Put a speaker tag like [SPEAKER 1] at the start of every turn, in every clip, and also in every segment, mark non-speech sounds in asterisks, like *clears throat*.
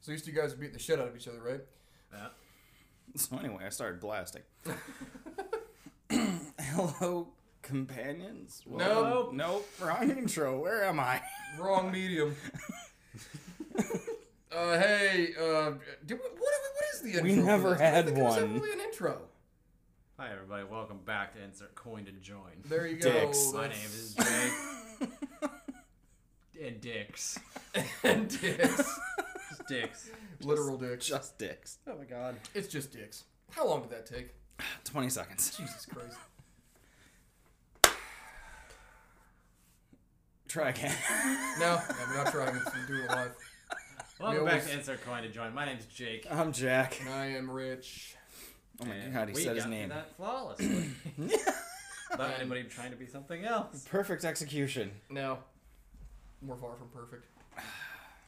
[SPEAKER 1] So these two guys would beat the shit out of each other, right?
[SPEAKER 2] Yeah.
[SPEAKER 3] *laughs* So anyway, I started blasting. *laughs* Hello, companions.
[SPEAKER 1] Nope.
[SPEAKER 3] Welcome- nope. Wrong intro. Where am I? *laughs*
[SPEAKER 1] Wrong medium. uh, hey, uh, do we, what, what is the intro?
[SPEAKER 3] We
[SPEAKER 1] for
[SPEAKER 3] never
[SPEAKER 1] this? I don't
[SPEAKER 3] had
[SPEAKER 1] think there was ever
[SPEAKER 3] one.
[SPEAKER 1] really an intro.
[SPEAKER 2] Hi everybody, welcome back to Insert Coin to Join.
[SPEAKER 1] There you go.
[SPEAKER 3] Dicks.
[SPEAKER 2] My name
[SPEAKER 1] That's-
[SPEAKER 2] is Jake. and Dix.
[SPEAKER 1] and *laughs* dicks.
[SPEAKER 2] Just Dix.
[SPEAKER 1] Literal dicks.
[SPEAKER 3] Just dicks.
[SPEAKER 2] Oh my god.
[SPEAKER 1] It's just dicks. How long did that take?
[SPEAKER 3] 20 seconds.
[SPEAKER 1] Jesus Christ.
[SPEAKER 3] Try again. *laughs*
[SPEAKER 1] No, I'm not trying. I'm doing it live.
[SPEAKER 2] Welcome
[SPEAKER 1] We
[SPEAKER 2] back
[SPEAKER 1] always-
[SPEAKER 2] to Insert Coin to Join. My name's Jake.
[SPEAKER 3] I'm Jack.
[SPEAKER 1] And I am rich.
[SPEAKER 3] Oh my
[SPEAKER 2] And
[SPEAKER 3] god, he
[SPEAKER 2] we
[SPEAKER 3] said his
[SPEAKER 2] got through
[SPEAKER 3] name.
[SPEAKER 2] That flawlessly. Without anybody trying to be something else.
[SPEAKER 3] Perfect execution.
[SPEAKER 1] No, we're far from perfect.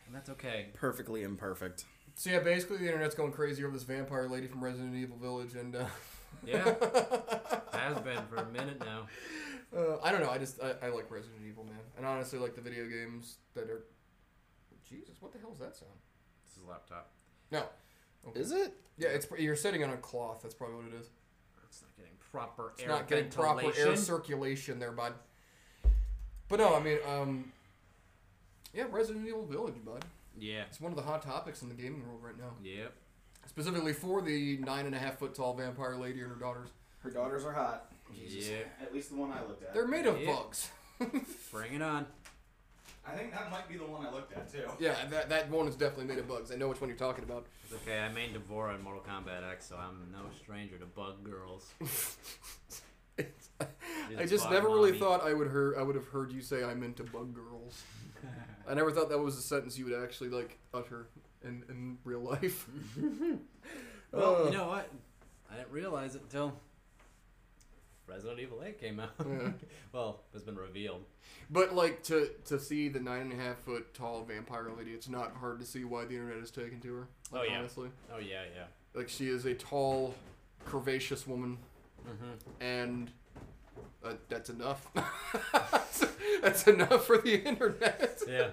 [SPEAKER 2] And that's okay.
[SPEAKER 3] Perfectly imperfect.
[SPEAKER 1] So yeah, basically the internet's going crazy over this vampire lady from Resident Evil Village, and uh,
[SPEAKER 2] Yeah.
[SPEAKER 1] *laughs*
[SPEAKER 2] Has been for a minute now.
[SPEAKER 1] uh, I don't know. I just I, I like Resident Evil, man, and honestly, like the video games that are. Jesus, what the hell is that sound?
[SPEAKER 2] This is a laptop.
[SPEAKER 1] No,
[SPEAKER 3] Is it?
[SPEAKER 1] yeah, it's you're sitting on a cloth. That's probably what it is.
[SPEAKER 2] It's not getting proper
[SPEAKER 1] It's
[SPEAKER 2] air
[SPEAKER 1] not getting proper air
[SPEAKER 2] ventilation.
[SPEAKER 1] circulation there, bud. But no, I mean, um, yeah, Resident Evil Village, bud.
[SPEAKER 2] Yeah.
[SPEAKER 1] It's one of the hot topics in the gaming world right now,
[SPEAKER 2] Yep.
[SPEAKER 1] specifically for the nine and a half foot tall vampire lady and her daughters.
[SPEAKER 3] Her daughters are hot.
[SPEAKER 2] Yeah.
[SPEAKER 3] At least the one I looked at.
[SPEAKER 1] They're made of
[SPEAKER 2] Yeah.
[SPEAKER 1] bugs. *laughs*
[SPEAKER 2] Bring it on.
[SPEAKER 3] I think that might be the one I looked at too. *laughs*
[SPEAKER 1] Yeah, that, that one is definitely made of bugs. I know which one you're talking about.
[SPEAKER 2] It's okay. I main Devora in Mortal Kombat X, so I'm no stranger to bug girls.
[SPEAKER 1] I
[SPEAKER 2] It's
[SPEAKER 1] just
[SPEAKER 2] bug
[SPEAKER 1] never really
[SPEAKER 2] mommy.
[SPEAKER 1] thought I would hear I would have heard you say I'm into bug girls. I never thought that was a sentence you would actually like utter in, in real
[SPEAKER 2] *laughs*
[SPEAKER 1] life.
[SPEAKER 2] Well,
[SPEAKER 1] Uh,
[SPEAKER 2] you know what? I didn't realize it until Resident Evil 8 came out.
[SPEAKER 1] Yeah.
[SPEAKER 2] *laughs* well, it's been revealed.
[SPEAKER 1] But like to to see the nine and a half foot tall vampire lady, it's not hard to see why the internet is taken to her.
[SPEAKER 2] Oh,
[SPEAKER 1] Like,
[SPEAKER 2] yeah.
[SPEAKER 1] honestly,
[SPEAKER 2] Oh yeah, yeah.
[SPEAKER 1] like she is a tall, curvaceous woman,
[SPEAKER 2] Mm-hmm.
[SPEAKER 1] and uh, that's enough. *laughs* that's enough for the internet.
[SPEAKER 2] Yeah.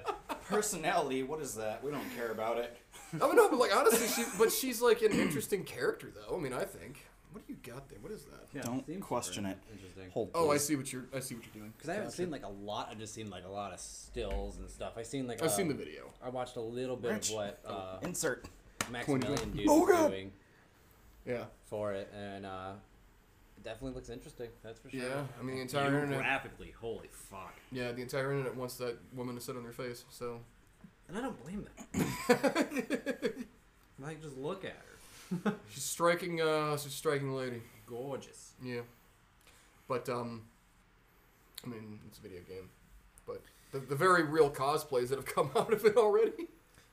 [SPEAKER 3] Personality, what is that? We don't care about it.
[SPEAKER 1] I mean, no, but like honestly, she but she's like an interesting character though. I mean, I think. What do you got there? What is that?
[SPEAKER 3] Don't question it.
[SPEAKER 2] Interesting.
[SPEAKER 3] *laughs* Hold.
[SPEAKER 1] Oh, I
[SPEAKER 3] please.
[SPEAKER 1] see what you're. I see what you're doing.
[SPEAKER 2] Because I haven't seen like a lot. I've just seen like a lot of stills and stuff. I seen like
[SPEAKER 1] I've
[SPEAKER 2] uh,
[SPEAKER 1] seen the video.
[SPEAKER 2] I watched a little bit
[SPEAKER 3] Rich.
[SPEAKER 2] of what uh,
[SPEAKER 3] Insert.
[SPEAKER 2] Maximilian
[SPEAKER 1] Coin-
[SPEAKER 2] dude
[SPEAKER 3] Oh,
[SPEAKER 2] was
[SPEAKER 3] God.
[SPEAKER 2] doing
[SPEAKER 1] Yeah.
[SPEAKER 2] for it, and uh, it definitely looks interesting. That's for sure.
[SPEAKER 1] Yeah. I mean, the entire internet.
[SPEAKER 2] Graphically, holy fuck.
[SPEAKER 1] Yeah, the entire internet wants that woman to sit on their face. *laughs* So.
[SPEAKER 2] And I don't blame them. Like, just look at her.
[SPEAKER 1] she's striking. Uh, she's striking lady.
[SPEAKER 2] Gorgeous.
[SPEAKER 1] Yeah. But um, I mean, it's a video game, but the, the very real cosplays that have come *laughs* out of it already.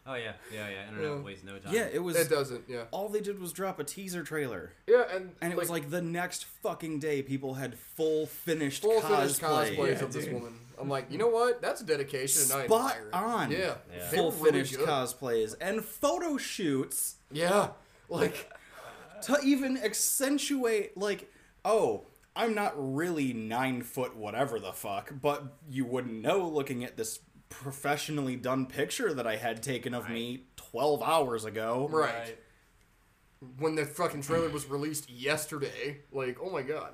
[SPEAKER 2] Oh yeah, yeah, yeah. Internet
[SPEAKER 1] Yeah.
[SPEAKER 2] wastes no time.
[SPEAKER 3] Yeah, it uh, was.
[SPEAKER 1] It doesn't. Yeah.
[SPEAKER 3] all they did was drop a teaser trailer,
[SPEAKER 1] Yeah, and
[SPEAKER 3] and it was like the next fucking day, people had full finished
[SPEAKER 1] full
[SPEAKER 3] cosplay.
[SPEAKER 1] finished cosplays
[SPEAKER 3] Yeah,
[SPEAKER 1] of this
[SPEAKER 3] dude.
[SPEAKER 1] woman. I'm like, you know what? That's dedication. and I
[SPEAKER 3] Spot
[SPEAKER 1] admire it.
[SPEAKER 3] on.
[SPEAKER 1] Yeah.
[SPEAKER 2] Yeah.
[SPEAKER 1] they
[SPEAKER 3] Full
[SPEAKER 1] were really
[SPEAKER 3] finished
[SPEAKER 1] good.
[SPEAKER 3] cosplays and photo shoots
[SPEAKER 1] Yeah. Like.
[SPEAKER 3] to even accentuate like, oh, I'm not really nine foot whatever the fuck, but you wouldn't know looking at this professionally done picture that I had taken of me 12 hours ago.
[SPEAKER 1] Right. When the fucking trailer was released yesterday, like, oh my god.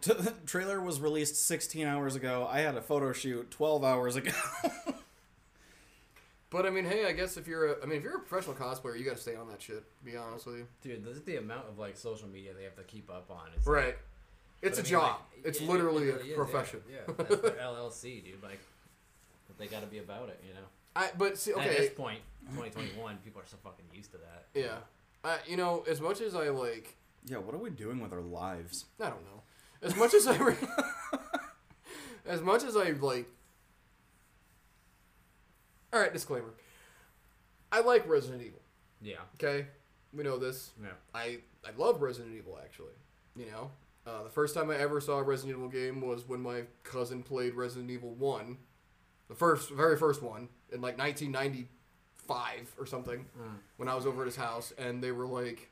[SPEAKER 3] *laughs* T- *laughs* trailer was released 16 hours ago. I had a photo shoot 12 hours ago. *laughs*
[SPEAKER 1] But I mean, hey, I guess if you're a, I mean, if you're a professional cosplayer, you got to stay on that shit. To be honest with you.
[SPEAKER 2] Dude, this is the amount of like social media they have to keep up on. It's,
[SPEAKER 1] Right.
[SPEAKER 2] but
[SPEAKER 1] It's
[SPEAKER 2] I
[SPEAKER 1] a
[SPEAKER 2] mean,
[SPEAKER 1] job.
[SPEAKER 2] like,
[SPEAKER 1] it's
[SPEAKER 2] it- it
[SPEAKER 1] literally
[SPEAKER 2] really is,
[SPEAKER 1] a
[SPEAKER 2] yeah,
[SPEAKER 1] profession.
[SPEAKER 2] Yeah,
[SPEAKER 1] *laughs*
[SPEAKER 2] that's their LLC, dude. Like, but they got to be about it, you know.
[SPEAKER 1] I, but see,
[SPEAKER 2] At this
[SPEAKER 1] okay,
[SPEAKER 2] point, 2021, people are so fucking used to that.
[SPEAKER 1] yeah. I, you know, as much as I like,
[SPEAKER 3] yeah, what are we doing with our lives?
[SPEAKER 1] I don't know. As much as I, re- *laughs* as much as I like. All right, disclaimer. I like Resident Evil.
[SPEAKER 2] Yeah.
[SPEAKER 1] Okay, we know this. *laughs*
[SPEAKER 2] Yeah.
[SPEAKER 1] I I love Resident Evil actually. You know, uh, the first time I ever saw a Resident Evil game was when my cousin played Resident Evil One, the first, very first one, in like 1995 or something, when I was over at his house, and they were like,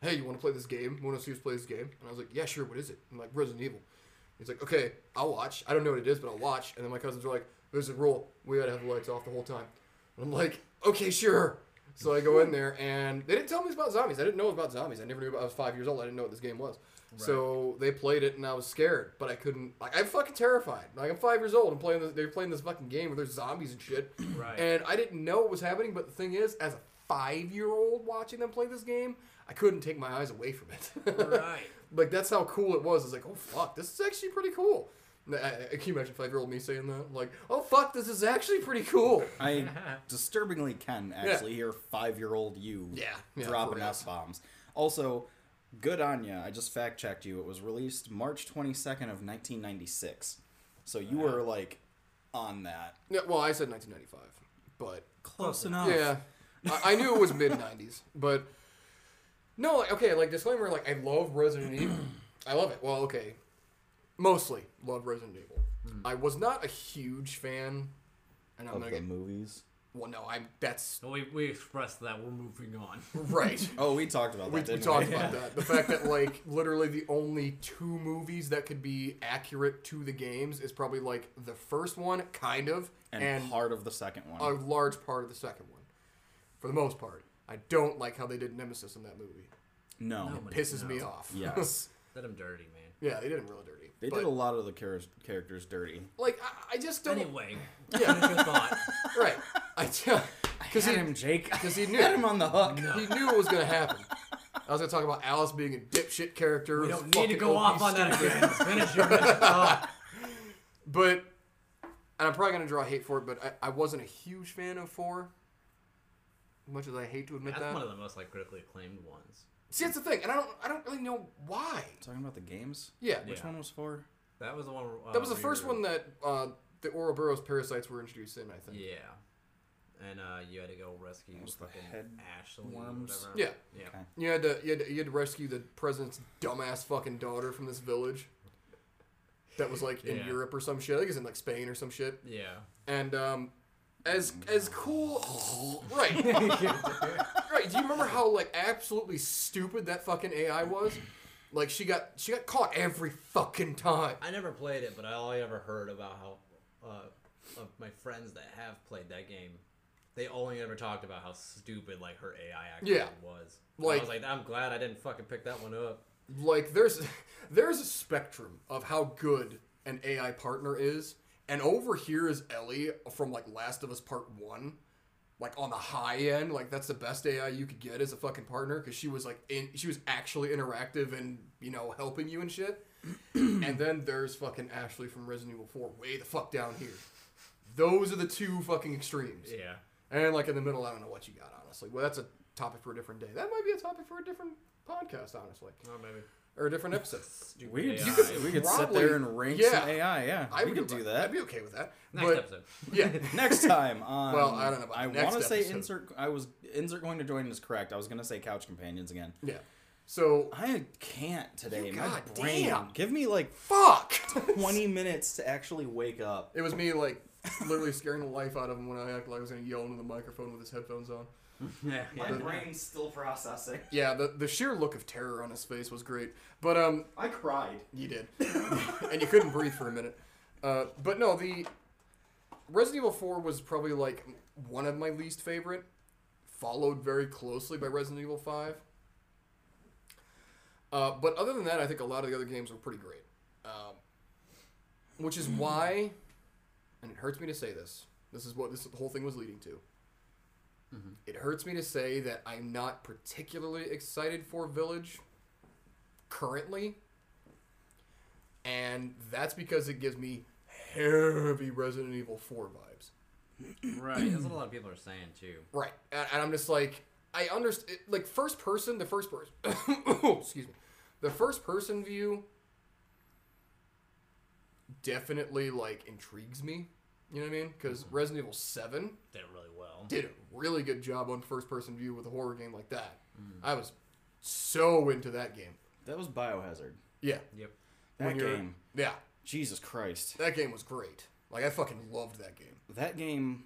[SPEAKER 1] "Hey, you want to play this game? Want to see us play this game?" And I was like, "Yeah, sure. What is it?" I'm like, "Resident Evil." He's like, "Okay, I'll watch. I don't know what it is, but I'll watch." And then my cousins were like, "There's a rule. We gotta have the lights off the whole time." And I'm like, "Okay, sure." So I go in there, and they didn't tell me about zombies. I didn't know about zombies. I never knew about. I was five years old. I didn't know what this game was. So they played it, and I was scared, but I couldn't. Like I'm fucking terrified. Like I'm five years old and playing. This, they're playing this fucking game where there's zombies and shit.
[SPEAKER 2] Right.
[SPEAKER 1] And I didn't know what was happening. But the thing is, as a five year old watching them play this game, I couldn't take my eyes away from it.
[SPEAKER 2] Right.
[SPEAKER 1] *laughs* like that's how cool it was. It's like, oh fuck, this is actually pretty cool. And I- I- Can you imagine five year old me saying that? Like, oh fuck, this is actually pretty cool.
[SPEAKER 3] I
[SPEAKER 1] *laughs*
[SPEAKER 3] disturbingly can actually hear five year old you
[SPEAKER 1] Yeah, yeah, for
[SPEAKER 3] dropping
[SPEAKER 1] reals.
[SPEAKER 3] S bombs. Also, good on ya. I just fact checked you. It was released March 22nd of 1996. So you were like on that.
[SPEAKER 1] Yeah, well, I said 1995, but
[SPEAKER 3] Close enough.
[SPEAKER 1] yeah, I, I knew it was mid 90s, but no, like, okay, like disclaimer, like I love Resident
[SPEAKER 3] *clears throat*
[SPEAKER 1] Evil, I love it. Well, okay, mostly love Resident Evil. I was not a huge fan, and I'm
[SPEAKER 3] Hmm. Of
[SPEAKER 1] gonna
[SPEAKER 3] the
[SPEAKER 1] get
[SPEAKER 3] movies.
[SPEAKER 1] well, no, I'm that's
[SPEAKER 2] So we, we expressed that. We're moving on. *laughs*
[SPEAKER 3] *laughs*
[SPEAKER 1] right.
[SPEAKER 3] Oh, we talked about that.
[SPEAKER 1] We, we
[SPEAKER 3] didn't
[SPEAKER 1] talked about that. The fact that like literally the only two movies that could be accurate to the games is probably like the first one, kind of,
[SPEAKER 3] *laughs* And, part of the second one.
[SPEAKER 1] a large part of the second one, for the most part. I don't like how they did Nemesis in that movie.
[SPEAKER 3] no.
[SPEAKER 2] No.
[SPEAKER 1] Pisses me
[SPEAKER 2] No.
[SPEAKER 1] off.
[SPEAKER 3] *laughs* Yes.
[SPEAKER 2] Let him dirty, man.
[SPEAKER 1] *laughs* yeah, they did him real dirty.
[SPEAKER 3] They
[SPEAKER 1] but,
[SPEAKER 3] did a lot of the char- characters dirty.
[SPEAKER 1] like I, I just don't.
[SPEAKER 2] Anyway,
[SPEAKER 1] Yeah.
[SPEAKER 2] finish your thought.
[SPEAKER 1] *laughs* Right. I *laughs* because he
[SPEAKER 3] *laughs* Jake.
[SPEAKER 1] because
[SPEAKER 2] *laughs*
[SPEAKER 1] he
[SPEAKER 3] Get
[SPEAKER 1] knew
[SPEAKER 3] him on the hook.
[SPEAKER 1] he knew it was gonna happen. I was gonna talk about Alice being a dipshit character.
[SPEAKER 2] We
[SPEAKER 1] who's
[SPEAKER 2] don't
[SPEAKER 1] fucking
[SPEAKER 2] need to go
[SPEAKER 1] OP
[SPEAKER 2] off on that again.
[SPEAKER 1] *laughs*
[SPEAKER 2] Finish your thought.
[SPEAKER 1] But and I'm probably gonna draw hate for it, but I, I wasn't a huge fan of four. Much as I hate to admit
[SPEAKER 2] That's
[SPEAKER 1] that.
[SPEAKER 2] one of the most like critically acclaimed ones.
[SPEAKER 1] See, that's the thing, and I don't I don't really know why.
[SPEAKER 3] Talking about the games?
[SPEAKER 1] Yeah.
[SPEAKER 2] Yeah.
[SPEAKER 3] Which one was for?
[SPEAKER 2] That was the one. uh,
[SPEAKER 1] That was the
[SPEAKER 2] where
[SPEAKER 1] first
[SPEAKER 2] you're-
[SPEAKER 1] one that uh, the Ouroboros parasites were introduced in, I think.
[SPEAKER 2] Yeah. And uh, you had to go rescue
[SPEAKER 3] was the
[SPEAKER 2] fucking
[SPEAKER 3] head
[SPEAKER 2] Ashley
[SPEAKER 3] worms?
[SPEAKER 2] or whatever.
[SPEAKER 1] Yeah.
[SPEAKER 2] Yeah.
[SPEAKER 3] Okay.
[SPEAKER 1] You had to you had to, you had to rescue the president's dumbass fucking daughter from this village. That was like in
[SPEAKER 2] Yeah.
[SPEAKER 1] Europe or some shit. I think it's in like Spain or some shit.
[SPEAKER 2] Yeah.
[SPEAKER 1] And um, as as cool,
[SPEAKER 2] *laughs*
[SPEAKER 1] right? right. Do you remember how like absolutely stupid that fucking AI was? Like she got she got caught every fucking time.
[SPEAKER 2] I never played it, but all I ever heard about how uh, of my friends that have played that game, they only ever talked about how stupid like her AI actually
[SPEAKER 1] Yeah.
[SPEAKER 2] was. I
[SPEAKER 1] Like-
[SPEAKER 2] was like, I'm glad I didn't fucking pick that one up.
[SPEAKER 1] like there's there's a spectrum of how good an AI partner is, and over here is Ellie from like Last of Us Part One, like on the high end, like that's the best AI you could get as a fucking partner because she was like in she was actually interactive and you know helping you and shit. and then there's fucking Ashley from Resident Evil Four, way the fuck down here. Those are the two fucking extremes.
[SPEAKER 2] Yeah.
[SPEAKER 1] And like in the middle, I don't know what you got honestly. Well, that's a topic for a different day. That might be a topic for a different podcast, honestly
[SPEAKER 2] Oh, maybe.
[SPEAKER 1] or a different episode.
[SPEAKER 2] Stupid
[SPEAKER 3] We,
[SPEAKER 2] AI.
[SPEAKER 3] you could, we could sit
[SPEAKER 1] Probably-
[SPEAKER 3] there and rank
[SPEAKER 1] yeah.
[SPEAKER 3] some AI. Yeah,
[SPEAKER 1] I
[SPEAKER 3] we
[SPEAKER 1] would
[SPEAKER 3] could do that.
[SPEAKER 1] I'd be okay with that.
[SPEAKER 2] Next
[SPEAKER 1] but
[SPEAKER 2] episode.
[SPEAKER 1] *laughs* yeah,
[SPEAKER 2] *laughs*
[SPEAKER 3] *laughs* next time on.
[SPEAKER 1] Well, I don't know about
[SPEAKER 3] I
[SPEAKER 1] next
[SPEAKER 3] want to say
[SPEAKER 1] episode.
[SPEAKER 3] insert. I was insert going to join is correct. I was going to say couch companions again.
[SPEAKER 1] yeah. So
[SPEAKER 3] I can't today.
[SPEAKER 1] You
[SPEAKER 3] My
[SPEAKER 1] goddamn-
[SPEAKER 3] brain. Give me like
[SPEAKER 1] fuck.
[SPEAKER 3] twenty minutes to actually wake up.
[SPEAKER 1] *laughs* it was me like literally scaring the life out of him when I acted like I was gonna yell into the microphone with his headphones on.
[SPEAKER 2] Yeah, yeah.
[SPEAKER 3] brain's still processing.
[SPEAKER 1] Yeah, the the sheer look of terror on his face was great. But um,
[SPEAKER 3] I cried.
[SPEAKER 1] You did. and you couldn't breathe for a minute. Uh, but no, the Resident Evil 4 was probably like one of my least favorite, followed very closely by Resident Evil 5. Uh, but other than that, I think a lot of the other games were pretty great. Um, which is why, and it hurts me to say this, this is what this whole thing was leading to. It hurts me to say that I'm not particularly excited for Village currently and that's because it gives me heavy Resident Evil 4 vibes.
[SPEAKER 2] Right. That's what a lot of people are saying too.
[SPEAKER 1] Right. And, and I'm just like, I understand, like, first person, the first person, *coughs* excuse me, the first person view definitely, like, intrigues me. You know what I mean? Because Resident Evil 7
[SPEAKER 2] Did it really well.
[SPEAKER 1] did a really good job on first person view with a horror game like that. I was so into that game.
[SPEAKER 3] That was Biohazard.
[SPEAKER 1] Yeah.
[SPEAKER 2] Yep.
[SPEAKER 3] That
[SPEAKER 1] When you're-
[SPEAKER 3] game.
[SPEAKER 1] Yeah.
[SPEAKER 3] Jesus Christ.
[SPEAKER 1] That game was great. Like, I fucking loved that game.
[SPEAKER 3] That game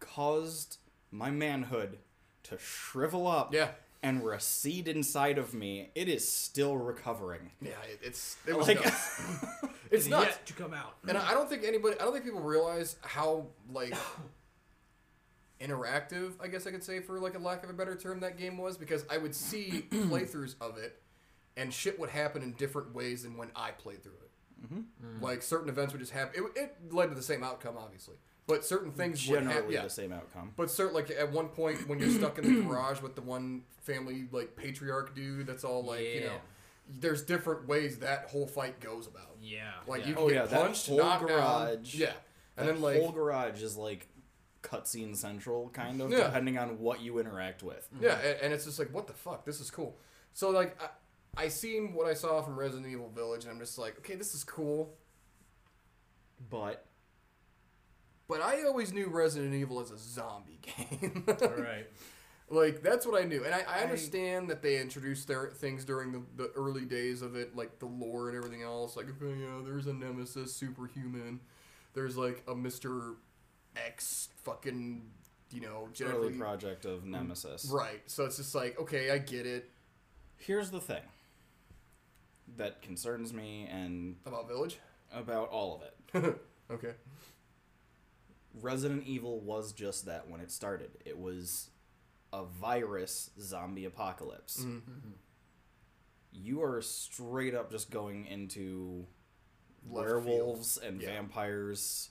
[SPEAKER 3] caused my manhood to shrivel up.
[SPEAKER 1] Yeah.
[SPEAKER 3] And recede inside of me. It is still recovering.
[SPEAKER 1] Yeah, it, it's it was
[SPEAKER 3] Like- *laughs*
[SPEAKER 1] nuts. it's
[SPEAKER 2] It's
[SPEAKER 1] nuts.
[SPEAKER 2] yet to come out.
[SPEAKER 1] And I I don't think anybody, I don't think people realize how like interactive, I guess I could say, for like a lack of a better term, that game was because I would see playthroughs of it, and shit would happen in different ways than when I played through it. Like certain events would just happen. It, it led to the same outcome, obviously, but certain things would happen.
[SPEAKER 3] Generally
[SPEAKER 1] Yeah.
[SPEAKER 3] the same outcome.
[SPEAKER 1] But certain, like at one point when you're stuck in the garage with the one family like patriarch dude, that's all like you know.
[SPEAKER 2] Yeah.
[SPEAKER 1] There's different ways that whole fight goes about.
[SPEAKER 2] Yeah.
[SPEAKER 1] Like
[SPEAKER 2] yeah.
[SPEAKER 1] you can
[SPEAKER 3] Oh,
[SPEAKER 1] get
[SPEAKER 3] yeah, that
[SPEAKER 1] punched,
[SPEAKER 3] whole
[SPEAKER 1] knocked
[SPEAKER 3] garage.
[SPEAKER 1] down. Yeah, and
[SPEAKER 3] That
[SPEAKER 1] then like
[SPEAKER 3] whole garage is like cutscene central, kind of
[SPEAKER 1] Yeah. Mm.
[SPEAKER 3] depending on what you interact with.
[SPEAKER 1] yeah, and, and it's just like what the fuck, this is cool. So like I, I seen what I saw from Resident Evil Village, and I'm just like, okay, this is cool.
[SPEAKER 3] But
[SPEAKER 1] But I always knew Resident Evil as a zombie *laughs* game.
[SPEAKER 2] right.
[SPEAKER 1] Like that's what I knew, and I, I understand that they introduced their things during the, the early days of it, like the lore and everything else. Like, okay, yeah, there's a nemesis, superhuman. There's like a Mister X, fucking, you know,
[SPEAKER 3] early
[SPEAKER 1] genetically
[SPEAKER 3] project of Nemesis.
[SPEAKER 1] Mm. right. So it's just like, okay, I get it
[SPEAKER 3] Here's the thing that concerns me and
[SPEAKER 1] about Village. *laughs*
[SPEAKER 3] about all of it.
[SPEAKER 1] Okay,
[SPEAKER 3] Resident Evil was just that when it started. It was a virus zombie apocalypse.
[SPEAKER 1] Mm.
[SPEAKER 3] You are straight up just going into
[SPEAKER 1] Left
[SPEAKER 3] werewolves and
[SPEAKER 1] Yeah.
[SPEAKER 3] vampires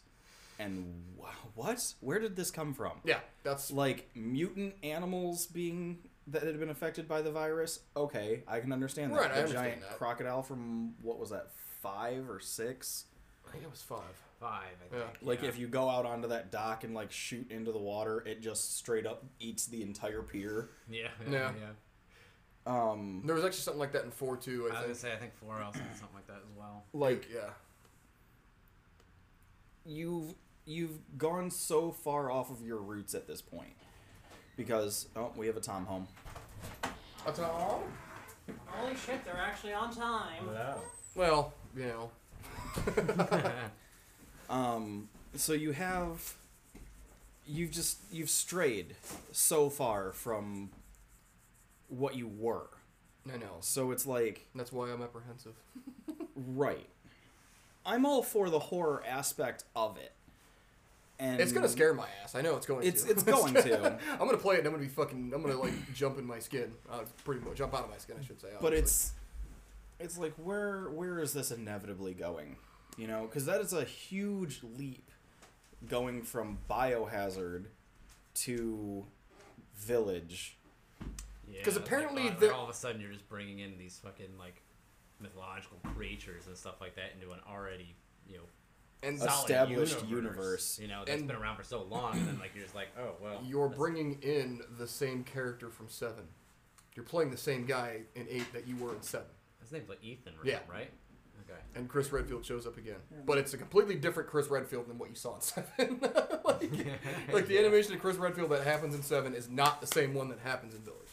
[SPEAKER 3] and wha- what? Where did this come from?
[SPEAKER 1] yeah, that's
[SPEAKER 3] Like mutant animals being that had been affected by the virus? Okay, I can understand that.
[SPEAKER 1] Right, I
[SPEAKER 3] the
[SPEAKER 1] understand
[SPEAKER 3] giant
[SPEAKER 1] that.
[SPEAKER 3] crocodile from what was that? 5 or 6?
[SPEAKER 1] I think it was five.
[SPEAKER 2] Five, I think.
[SPEAKER 1] Yeah.
[SPEAKER 3] Like if you go out onto that dock and like shoot into the water, it just straight up eats the entire pier.
[SPEAKER 2] Yeah.
[SPEAKER 1] Yeah.
[SPEAKER 2] Yeah.
[SPEAKER 3] Um
[SPEAKER 1] There was actually something like that in four two.
[SPEAKER 2] I was
[SPEAKER 1] I
[SPEAKER 2] gonna
[SPEAKER 1] think.
[SPEAKER 2] say I think four else and something like that as well.
[SPEAKER 3] like
[SPEAKER 1] Yeah,
[SPEAKER 3] you've you've gone so far off of your roots at this point. Because oh, we have a Tom home.
[SPEAKER 1] a Tom.
[SPEAKER 4] Holy shit, they're actually on time.
[SPEAKER 1] Well, you
[SPEAKER 2] *laughs*
[SPEAKER 1] know,
[SPEAKER 3] Um so you have you've just you've strayed so far from what you were.
[SPEAKER 1] I know.
[SPEAKER 3] So it's like
[SPEAKER 1] That's why I'm apprehensive.
[SPEAKER 3] Right. I'm all for the horror aspect of it. And
[SPEAKER 1] It's gonna scare my ass. I know it's going
[SPEAKER 3] It's-
[SPEAKER 1] to.
[SPEAKER 3] it's going to.
[SPEAKER 1] *laughs* I'm gonna play it. and I'm gonna be fucking. I'm gonna like jump in my skin. Uh, pretty much jump out of my skin, I should say.
[SPEAKER 3] But
[SPEAKER 1] obviously.
[SPEAKER 3] it's it's like where where is this inevitably going? You know, cuz that is a huge leap going from biohazard to village.
[SPEAKER 2] Yeah.
[SPEAKER 1] 'Cause
[SPEAKER 2] like,
[SPEAKER 1] apparently
[SPEAKER 2] all- like,
[SPEAKER 1] the-
[SPEAKER 2] all of a sudden you're just bringing in these fucking like mythological creatures and stuff like that into an already you know
[SPEAKER 1] and
[SPEAKER 2] solid
[SPEAKER 3] Established universe.
[SPEAKER 2] You know that's
[SPEAKER 1] And-
[SPEAKER 2] been around for so long, and then like you're just like, oh well.
[SPEAKER 1] you're
[SPEAKER 2] that's-
[SPEAKER 1] bringing in the same character from Seven. You're playing the same guy in Eight that you were in Seven,
[SPEAKER 2] His name's like Ethan, right?
[SPEAKER 1] Yeah.
[SPEAKER 2] Right. Okay.
[SPEAKER 1] and Chris Redfield shows up again. But it's a completely different Chris Redfield than what you saw in Seven. *laughs* *laughs*
[SPEAKER 2] *laughs*
[SPEAKER 1] like, like the animation of Chris Redfield that happens in Seven is not the same one that happens in Village.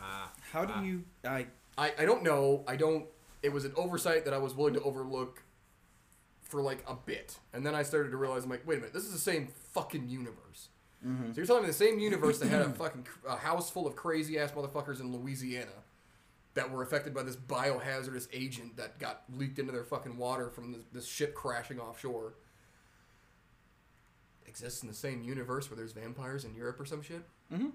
[SPEAKER 2] Ah.
[SPEAKER 3] How do
[SPEAKER 2] Ah.
[SPEAKER 3] you I
[SPEAKER 1] I, I don't know. I don't. It was an oversight that I was willing to overlook for like a bit, and then I started to realize, I'm like, wait a minute, this is the same fucking universe. So you're telling me the same universe that had a fucking cr- a house full of crazy ass motherfuckers in Louisiana that were affected by this biohazardous agent that got leaked into their fucking water from this, this ship crashing offshore exists in the same universe where there's vampires in Europe or some shit. Mm-hmm.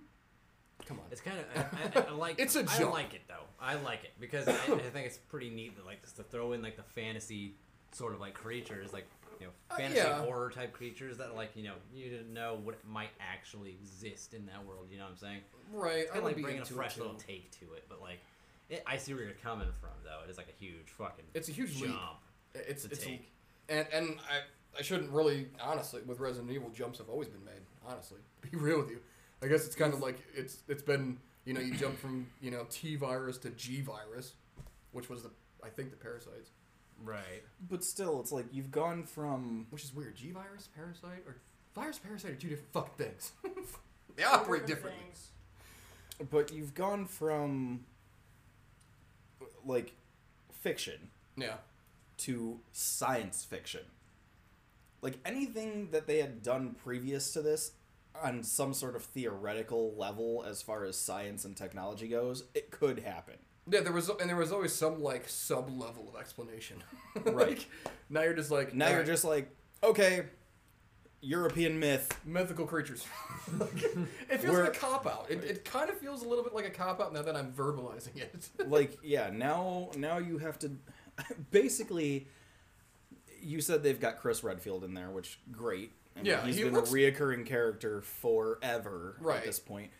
[SPEAKER 1] Come on.
[SPEAKER 2] It's kind of I, I,
[SPEAKER 1] *laughs*
[SPEAKER 2] I like
[SPEAKER 1] It's a
[SPEAKER 2] I
[SPEAKER 1] jump.
[SPEAKER 2] like it though. I like it because I, I think it's pretty neat that like just to throw in like the fantasy sort of like creatures like you know fantasy
[SPEAKER 1] Uh, yeah.
[SPEAKER 2] horror type creatures that like you know you didn't know what might actually exist in that world. You know what I'm saying?
[SPEAKER 1] right.
[SPEAKER 2] It's
[SPEAKER 1] I
[SPEAKER 2] kind of
[SPEAKER 1] would
[SPEAKER 2] like
[SPEAKER 1] be
[SPEAKER 2] bringing a
[SPEAKER 1] into it,
[SPEAKER 2] fresh
[SPEAKER 1] too.
[SPEAKER 2] little take to it, but like it, I see where you're coming from though. It is like a huge fucking
[SPEAKER 1] It's a huge leap.
[SPEAKER 2] jump.
[SPEAKER 1] It's
[SPEAKER 2] It's a take.
[SPEAKER 1] and and I I shouldn't really honestly with Resident Evil jumps have always been made honestly. *laughs* to Be real with you. I guess it's kind of like it's it's been you know you jump from you know T virus to G virus, which was the I think the parasites,
[SPEAKER 2] Right.
[SPEAKER 3] but still it's like you've gone from
[SPEAKER 1] which is weird. G virus parasite or virus parasite are two different fucking things. *laughs* they operate differently.
[SPEAKER 4] Things.
[SPEAKER 3] but you've gone from like fiction
[SPEAKER 1] Yeah.
[SPEAKER 3] to science fiction. Like anything that they had done previous to this on some sort of theoretical level as far as science and technology goes, it could happen.
[SPEAKER 1] Yeah, there was and there was always some like sub level of explanation. *laughs*
[SPEAKER 3] Right.
[SPEAKER 1] Like, now you're just like
[SPEAKER 3] now you're
[SPEAKER 1] alright,
[SPEAKER 3] just like, okay, European myth.
[SPEAKER 1] mythical creatures. *laughs* it feels
[SPEAKER 3] We're-
[SPEAKER 1] like a cop out. It, it kind of feels a little bit like a cop out now that I'm verbalizing it. *laughs*
[SPEAKER 3] like yeah now now you have to *laughs* basically you said they've got chris redfield in there which great I mean,
[SPEAKER 1] Yeah,
[SPEAKER 3] he's
[SPEAKER 1] he
[SPEAKER 3] been
[SPEAKER 1] looks-
[SPEAKER 3] a reoccurring character forever
[SPEAKER 1] Right.
[SPEAKER 3] at this point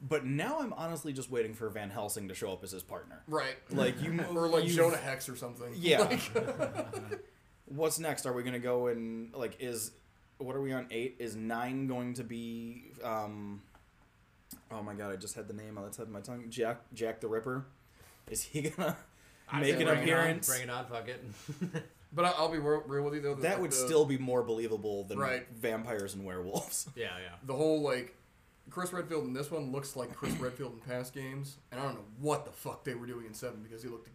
[SPEAKER 3] but now i'm honestly just waiting for van helsing to show up as his partner
[SPEAKER 1] right.
[SPEAKER 3] like
[SPEAKER 1] *laughs*
[SPEAKER 3] you
[SPEAKER 1] Or like
[SPEAKER 3] you've-
[SPEAKER 1] Jonah Hex or something.
[SPEAKER 3] Yeah.
[SPEAKER 1] *laughs* Like-
[SPEAKER 3] what's next are we gonna go and like is what are we on eight is nine going to be um oh my god i just had the name on the tip of my tongue jack jack the ripper is he gonna make an
[SPEAKER 2] Bring it on,
[SPEAKER 3] appearance
[SPEAKER 2] bring it *laughs* on, fuck it.
[SPEAKER 1] but I- I'll be real, real with you though. the-
[SPEAKER 3] That would
[SPEAKER 1] the-
[SPEAKER 3] still be more believable than
[SPEAKER 1] Right.
[SPEAKER 3] vampires and
[SPEAKER 1] *laughs*
[SPEAKER 3] werewolves.
[SPEAKER 2] yeah, yeah.
[SPEAKER 1] the whole like Chris Redfield in this one looks like Chris Redfield in past games, and I don't know what the fuck they were doing in seven because he looked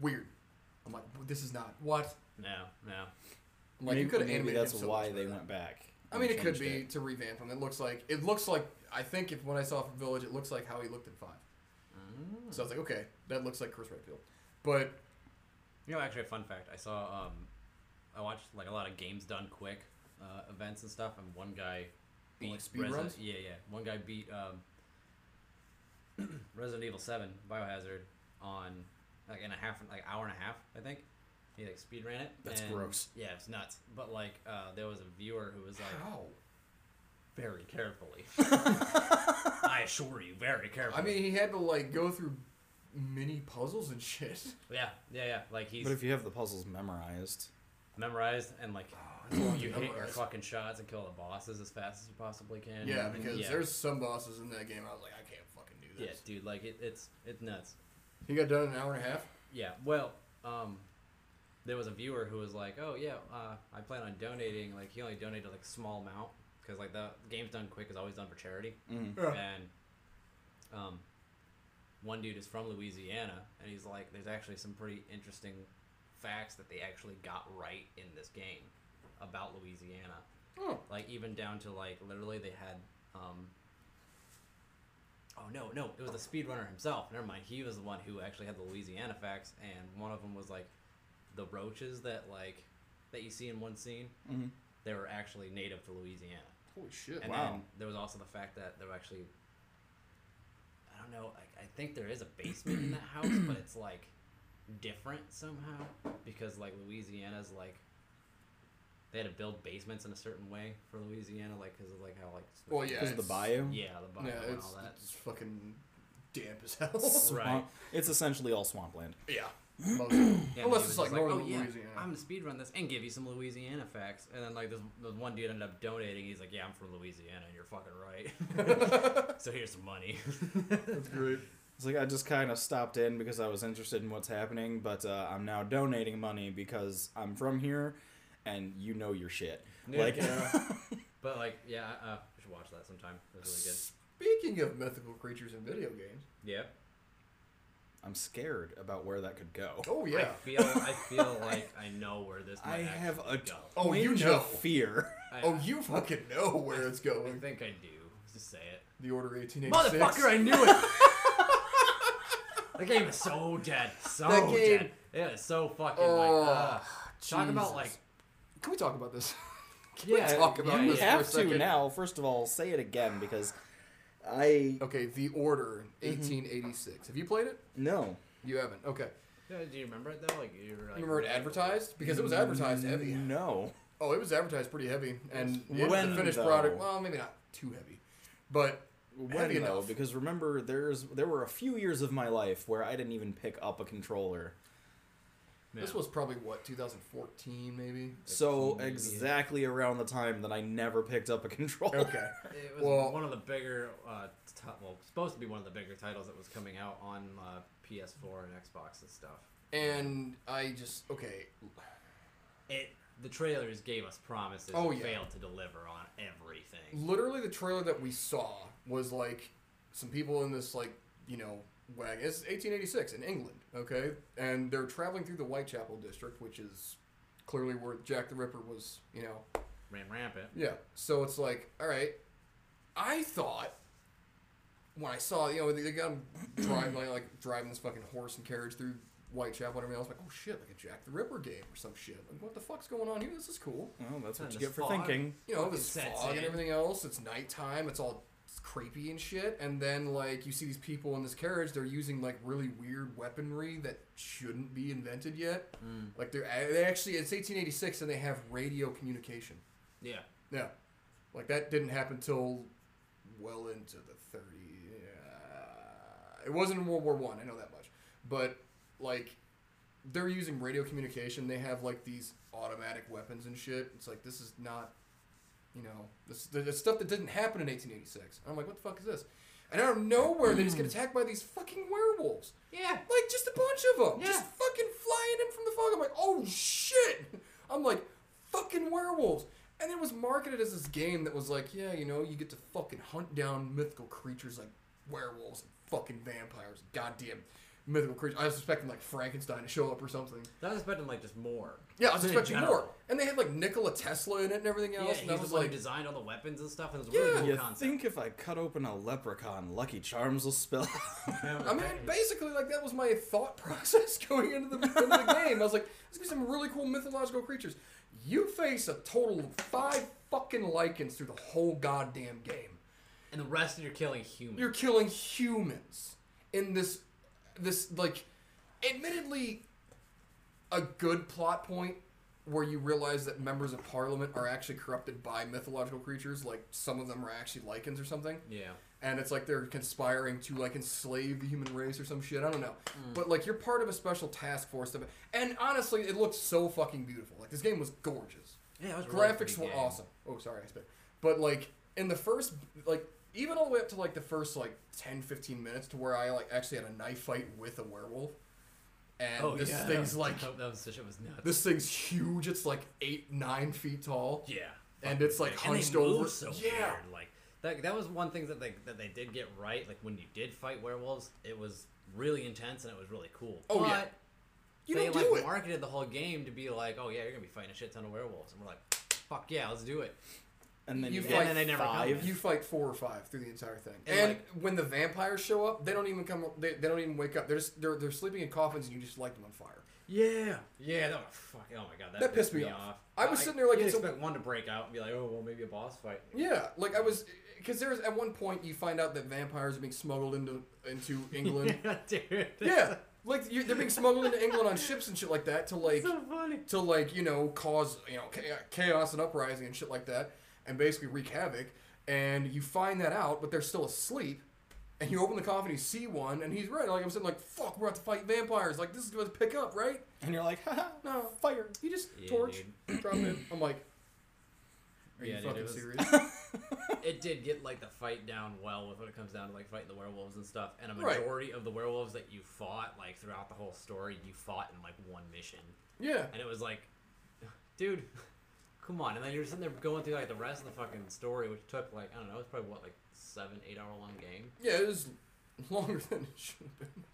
[SPEAKER 1] weird. I'm like, this is not what.
[SPEAKER 2] No, no.
[SPEAKER 1] I'm like, you could have animated
[SPEAKER 3] that's
[SPEAKER 1] him so
[SPEAKER 3] why
[SPEAKER 1] much
[SPEAKER 3] they
[SPEAKER 1] better.
[SPEAKER 3] went back.
[SPEAKER 1] I mean,
[SPEAKER 3] and
[SPEAKER 1] it could
[SPEAKER 3] changed
[SPEAKER 1] be
[SPEAKER 3] it.
[SPEAKER 1] to revamp him. It looks like it looks like I think if when I saw Village, it looks like how he looked in five.
[SPEAKER 2] Mm.
[SPEAKER 1] So I was like, okay, that looks like Chris Redfield. But
[SPEAKER 2] You know, actually, a fun fact. I saw, um, I watched like a lot of games done quick uh, events and stuff, and one guy beat
[SPEAKER 1] Like speed
[SPEAKER 2] Resident,
[SPEAKER 1] runs?
[SPEAKER 2] Yeah, yeah. One guy beat um, *clears throat* Resident Evil Seven Biohazard on like in a half, like hour and a half, I think. He like speed ran it.
[SPEAKER 3] That's
[SPEAKER 2] and-
[SPEAKER 3] gross.
[SPEAKER 2] Yeah, it's nuts. But like, uh, there was a viewer who was like
[SPEAKER 1] how?
[SPEAKER 2] very
[SPEAKER 1] *laughs*
[SPEAKER 2] carefully. I assure you, very carefully.
[SPEAKER 1] I mean, he had to like go through mini puzzles and
[SPEAKER 2] *laughs*
[SPEAKER 1] shit.
[SPEAKER 2] yeah, yeah, yeah. Like he's
[SPEAKER 3] But if you have the puzzles memorized,
[SPEAKER 2] memorized and like Oh,
[SPEAKER 1] *clears throat*
[SPEAKER 2] you hit
[SPEAKER 1] *laughs*
[SPEAKER 2] your
[SPEAKER 1] memorize.
[SPEAKER 2] fucking shots and kill the bosses as fast as you possibly can.
[SPEAKER 1] Yeah,
[SPEAKER 2] And-
[SPEAKER 1] because
[SPEAKER 2] yeah.
[SPEAKER 1] there's some bosses in that game. I was like, I can't fucking do
[SPEAKER 2] yeah,
[SPEAKER 1] this.
[SPEAKER 2] dude, like it, it's it's nuts.
[SPEAKER 1] He got done in an hour and a half.
[SPEAKER 2] Yeah, well, um, there was a viewer who was like, "Oh yeah, uh, I plan on donating." Like he only donated like a small amount because like the game's done quick is always done for charity. and um, one dude is from Louisiana, and he's like, "There's actually some pretty interesting facts that they actually got right in this game about Louisiana.
[SPEAKER 1] Oh.
[SPEAKER 2] Like even down to like literally they had." Um, Oh no, no! It was the speedrunner himself. Never mind. He was the one who actually had the Louisiana facts, and one of them was like the roaches that like that you see in one scene. They were actually native to Louisiana.
[SPEAKER 1] Holy shit!
[SPEAKER 2] And
[SPEAKER 3] Wow.
[SPEAKER 2] then there was also the fact that there were actually, I don't know, I, I think there is a basement in that house,
[SPEAKER 1] *clears throat*
[SPEAKER 2] but it's like different somehow because like Louisiana's like they had to build basements in a certain way for Louisiana, like because of like how like s-
[SPEAKER 1] Well, yeah.
[SPEAKER 3] because of the
[SPEAKER 1] it's-
[SPEAKER 3] bayou.
[SPEAKER 2] yeah the bio
[SPEAKER 1] Yeah,
[SPEAKER 2] and
[SPEAKER 1] it's,
[SPEAKER 2] all that.
[SPEAKER 1] it's fucking damp as hell.
[SPEAKER 2] Right.
[SPEAKER 3] Swamp- *laughs* It's essentially all swampland.
[SPEAKER 1] *laughs*
[SPEAKER 2] *coughs*
[SPEAKER 1] yeah. Mostly.
[SPEAKER 2] Yeah,
[SPEAKER 1] Unless it's
[SPEAKER 2] he was
[SPEAKER 1] like
[SPEAKER 2] just
[SPEAKER 1] northern
[SPEAKER 2] "Oh, yeah,
[SPEAKER 1] Louisiana.
[SPEAKER 2] I'm gonna speedrun this and give you some Louisiana facts, and then like this, this one dude ended up donating. He's like, yeah, I'm from Louisiana, and you're fucking
[SPEAKER 1] *laughs*
[SPEAKER 2] right. *laughs* so here's some money.
[SPEAKER 1] That's great.
[SPEAKER 3] It's like I just kind of stopped in because I was interested in what's happening, but uh, I'm now donating money because I'm from here, and you know your shit.
[SPEAKER 2] Yeah.
[SPEAKER 3] like,
[SPEAKER 2] But like, yeah, uh, we should watch that sometime. It was
[SPEAKER 1] Speaking of mythical creatures in video games,
[SPEAKER 2] really good. Yeah.
[SPEAKER 3] *laughs* I'm scared about where that could go.
[SPEAKER 1] oh
[SPEAKER 2] I
[SPEAKER 1] yeah,
[SPEAKER 2] feel I feel like I know where this. Might
[SPEAKER 3] I have
[SPEAKER 2] actually
[SPEAKER 3] a
[SPEAKER 2] go.
[SPEAKER 1] Oh,
[SPEAKER 3] twinge
[SPEAKER 1] you
[SPEAKER 3] of
[SPEAKER 1] know.
[SPEAKER 3] fear.
[SPEAKER 2] I,
[SPEAKER 1] oh you fucking know where it's
[SPEAKER 2] I
[SPEAKER 1] going.
[SPEAKER 2] think I do. Just say it.
[SPEAKER 1] The Order 1886.
[SPEAKER 2] Motherfucker, I knew it. the game is so dead. So
[SPEAKER 1] That game-
[SPEAKER 2] dead. Yeah, it's so fucking
[SPEAKER 1] Oh,
[SPEAKER 2] like. Uh, talk
[SPEAKER 1] Jesus.
[SPEAKER 2] about like.
[SPEAKER 1] Can we talk about this? *laughs* Can
[SPEAKER 2] Yeah,
[SPEAKER 1] we talk about
[SPEAKER 2] you
[SPEAKER 1] this
[SPEAKER 3] We
[SPEAKER 1] for a
[SPEAKER 3] have to
[SPEAKER 1] second?
[SPEAKER 3] now. First of all, say it again because I
[SPEAKER 1] Okay, The Order
[SPEAKER 2] Mm-hmm.
[SPEAKER 1] 1886. Have you played it?
[SPEAKER 3] no.
[SPEAKER 1] You haven't. Okay.
[SPEAKER 2] Yeah, do you remember it though? Like you were like.
[SPEAKER 1] You remember it advertised because it was advertised heavy.
[SPEAKER 2] Mm.
[SPEAKER 3] No.
[SPEAKER 1] Oh, it was advertised pretty heavy, and
[SPEAKER 3] Yes.
[SPEAKER 1] it-
[SPEAKER 3] When,
[SPEAKER 1] the finished
[SPEAKER 3] though?
[SPEAKER 1] product. Well, maybe not too heavy, but
[SPEAKER 3] When
[SPEAKER 1] heavy
[SPEAKER 3] though?
[SPEAKER 1] enough.
[SPEAKER 3] Because remember, there's there were a few years of my life where I didn't even pick up a controller.
[SPEAKER 1] This was probably what 2014, maybe.
[SPEAKER 3] So
[SPEAKER 2] maybe.
[SPEAKER 3] exactly around the time that I never picked up a controller.
[SPEAKER 1] Okay.
[SPEAKER 2] It was
[SPEAKER 1] well,
[SPEAKER 2] one of the bigger, uh, t- well, supposed to be one of the bigger titles that was coming out on uh, PS4 and Xbox and stuff.
[SPEAKER 1] and I just okay.
[SPEAKER 2] it the trailers gave us promises
[SPEAKER 1] Oh,
[SPEAKER 2] and
[SPEAKER 1] yeah.
[SPEAKER 2] failed to deliver on everything.
[SPEAKER 1] Literally, the trailer that we saw was like some people in this like you know wagon. It's 1886 in England, okay, and they're traveling through the Whitechapel district, which is clearly where Jack the Ripper was, you know,
[SPEAKER 2] Ran rampant.
[SPEAKER 1] Yeah. So it's like, all right. I thought *clears throat* when I saw, you know, they got him driving like, like driving this fucking horse and carriage through Whitechapel and everything else. Like, oh shit, like a Jack the Ripper game or some shit. Like, what the fuck's going on here? This is cool.
[SPEAKER 3] *laughs* Well, that's what
[SPEAKER 2] And
[SPEAKER 3] you
[SPEAKER 2] the
[SPEAKER 3] get for
[SPEAKER 2] fog.
[SPEAKER 3] thinking.
[SPEAKER 1] You know,
[SPEAKER 2] Fucking
[SPEAKER 1] this
[SPEAKER 2] sets
[SPEAKER 1] fog and
[SPEAKER 2] in.
[SPEAKER 1] everything else. It's nighttime. It's all creepy and shit. And then like you see these people in this carriage. They're using like really weird weaponry that shouldn't be invented yet. Like they're uh, they actually it's 1886 and they have radio communication.
[SPEAKER 2] Yeah.
[SPEAKER 1] Yeah. Like that didn't happen till well into the 30s. Yeah. It wasn't in World War One. I, know that much. But like they're using radio communication. They have like these automatic weapons and shit. It's like this is not you know, this the, the stuff that didn't happen in 1886. I'm like, what the fuck is this? And out of nowhere, they just get attacked by these fucking werewolves.
[SPEAKER 2] Yeah.
[SPEAKER 1] Like just a bunch of them, just
[SPEAKER 2] Yeah.
[SPEAKER 1] fucking flying in from the fog. I'm like, oh shit! *laughs* I'm like, fucking werewolves. And it was marketed as this game that was like, yeah, you know, you get to fucking hunt down mythical creatures like werewolves and fucking vampires, goddamn mythical creatures. I was expecting like Frankenstein to show up or something.
[SPEAKER 2] I was expecting like just more.
[SPEAKER 1] Yeah, I was
[SPEAKER 2] Just in
[SPEAKER 1] expecting
[SPEAKER 2] general.
[SPEAKER 1] more. And they had like Nikola Tesla in it and everything
[SPEAKER 2] Yeah,
[SPEAKER 1] else.
[SPEAKER 2] he's
[SPEAKER 1] and
[SPEAKER 2] the
[SPEAKER 1] I
[SPEAKER 2] one
[SPEAKER 1] was
[SPEAKER 2] who
[SPEAKER 1] like,
[SPEAKER 2] designed all the weapons and stuff, and it was a really
[SPEAKER 1] Yeah.
[SPEAKER 2] cool
[SPEAKER 1] You
[SPEAKER 3] You
[SPEAKER 2] concept.
[SPEAKER 3] think if I cut open a leprechaun, Lucky Charms will
[SPEAKER 2] *laughs*
[SPEAKER 3] spill?
[SPEAKER 1] I mean, basically, like that was my thought *laughs* process going into the, into the game. I was like, "There's gonna be some really cool mythological creatures." You face a total of five fucking lichens through the whole goddamn game.
[SPEAKER 2] and the rest of you're killing humans.
[SPEAKER 1] You're killing humans in this, this like, admittedly, a good plot point where you realize that members of parliament are actually corrupted by mythological creatures. Like some of them are actually lichens or something
[SPEAKER 2] yeah.
[SPEAKER 1] and it's like they're conspiring to like enslave the human race or some shit. I don't know,
[SPEAKER 2] Mm.
[SPEAKER 1] but like you're part of a special task force. Of, and honestly, it looked so fucking beautiful. Like this game was gorgeous.
[SPEAKER 2] Yeah, it was a really
[SPEAKER 1] Graphics
[SPEAKER 2] pretty
[SPEAKER 1] were
[SPEAKER 2] game.
[SPEAKER 1] awesome. Oh, sorry, I spit. But like in the first, like even all the way up to like the first like 10, 15 minutes to where I like actually had a knife fight with a werewolf, and
[SPEAKER 2] Oh,
[SPEAKER 1] this
[SPEAKER 2] yeah. *laughs*
[SPEAKER 1] thing's like
[SPEAKER 2] That was, that was nuts.
[SPEAKER 1] this thing's huge. It's like eight, nine feet tall.
[SPEAKER 2] Yeah.
[SPEAKER 1] And it's, like,
[SPEAKER 2] and they
[SPEAKER 1] hunched
[SPEAKER 2] move
[SPEAKER 1] over.
[SPEAKER 2] So
[SPEAKER 1] Yeah.
[SPEAKER 2] weird. Like that, that was one thing that they that they did get right. Like when you did fight werewolves, it was really intense and it was really cool.
[SPEAKER 1] Oh,
[SPEAKER 2] but
[SPEAKER 1] yeah. You
[SPEAKER 2] they
[SPEAKER 1] don't
[SPEAKER 2] like
[SPEAKER 1] do it.
[SPEAKER 2] marketed the whole game to be like, oh yeah, you're gonna be fighting a shit ton of werewolves, and we're like, fuck yeah, let's do it.
[SPEAKER 3] *laughs* and then
[SPEAKER 1] You
[SPEAKER 3] you
[SPEAKER 1] fight-
[SPEAKER 3] get
[SPEAKER 1] And
[SPEAKER 2] then they never come.
[SPEAKER 3] five.
[SPEAKER 1] You fight four or five through the entire thing, and,
[SPEAKER 2] And, like-
[SPEAKER 1] when the vampires show up, they don't even come. They, they don't even wake up. They're just, they're they're sleeping in coffins, and you just light them on fire.
[SPEAKER 2] Yeah. Yeah. That was fuck. Oh my god. That,
[SPEAKER 1] That pissed me off. I was sitting there like,
[SPEAKER 2] you
[SPEAKER 1] it's a-
[SPEAKER 2] expect one to break out and be like, oh well, maybe a boss fight. *laughs*
[SPEAKER 1] Yeah, like I was, because there's at one point you find out that vampires are being smuggled into into
[SPEAKER 2] *laughs*
[SPEAKER 1] England.
[SPEAKER 2] yeah, dude. that's
[SPEAKER 1] yeah, like you they're being smuggled into England on ships and shit like that to like
[SPEAKER 2] So funny.
[SPEAKER 1] *laughs* to like you know cause you know cha- chaos and uprising and shit like that, and basically wreak havoc. And you find that out, but they're still asleep. And you open the coffin, you see one, and he's right. Like I'm sitting, like fuck, we're about to fight vampires. Like this is going to pick up, right?
[SPEAKER 3] and you're like, haha,
[SPEAKER 1] No.
[SPEAKER 3] fire.
[SPEAKER 1] You just
[SPEAKER 2] Yeah,
[SPEAKER 1] torch, *clears throat* drop it. I'm like, are
[SPEAKER 2] Yeah,
[SPEAKER 1] you
[SPEAKER 2] dude,
[SPEAKER 1] fucking
[SPEAKER 2] it was-
[SPEAKER 1] serious?
[SPEAKER 2] *laughs* it did get like the fight down well with when it comes down to like fighting the werewolves and stuff. And a
[SPEAKER 1] Right.
[SPEAKER 2] majority of the werewolves that you fought like throughout the whole story, you fought in like one mission,
[SPEAKER 1] yeah,
[SPEAKER 2] and it was like, dude, come on. And then you're sitting there going through like the rest of the fucking story, which took like I don't know, it's probably what like seven, eight hour long
[SPEAKER 1] *laughs*
[SPEAKER 2] game,
[SPEAKER 1] yeah. It was longer than it should have been.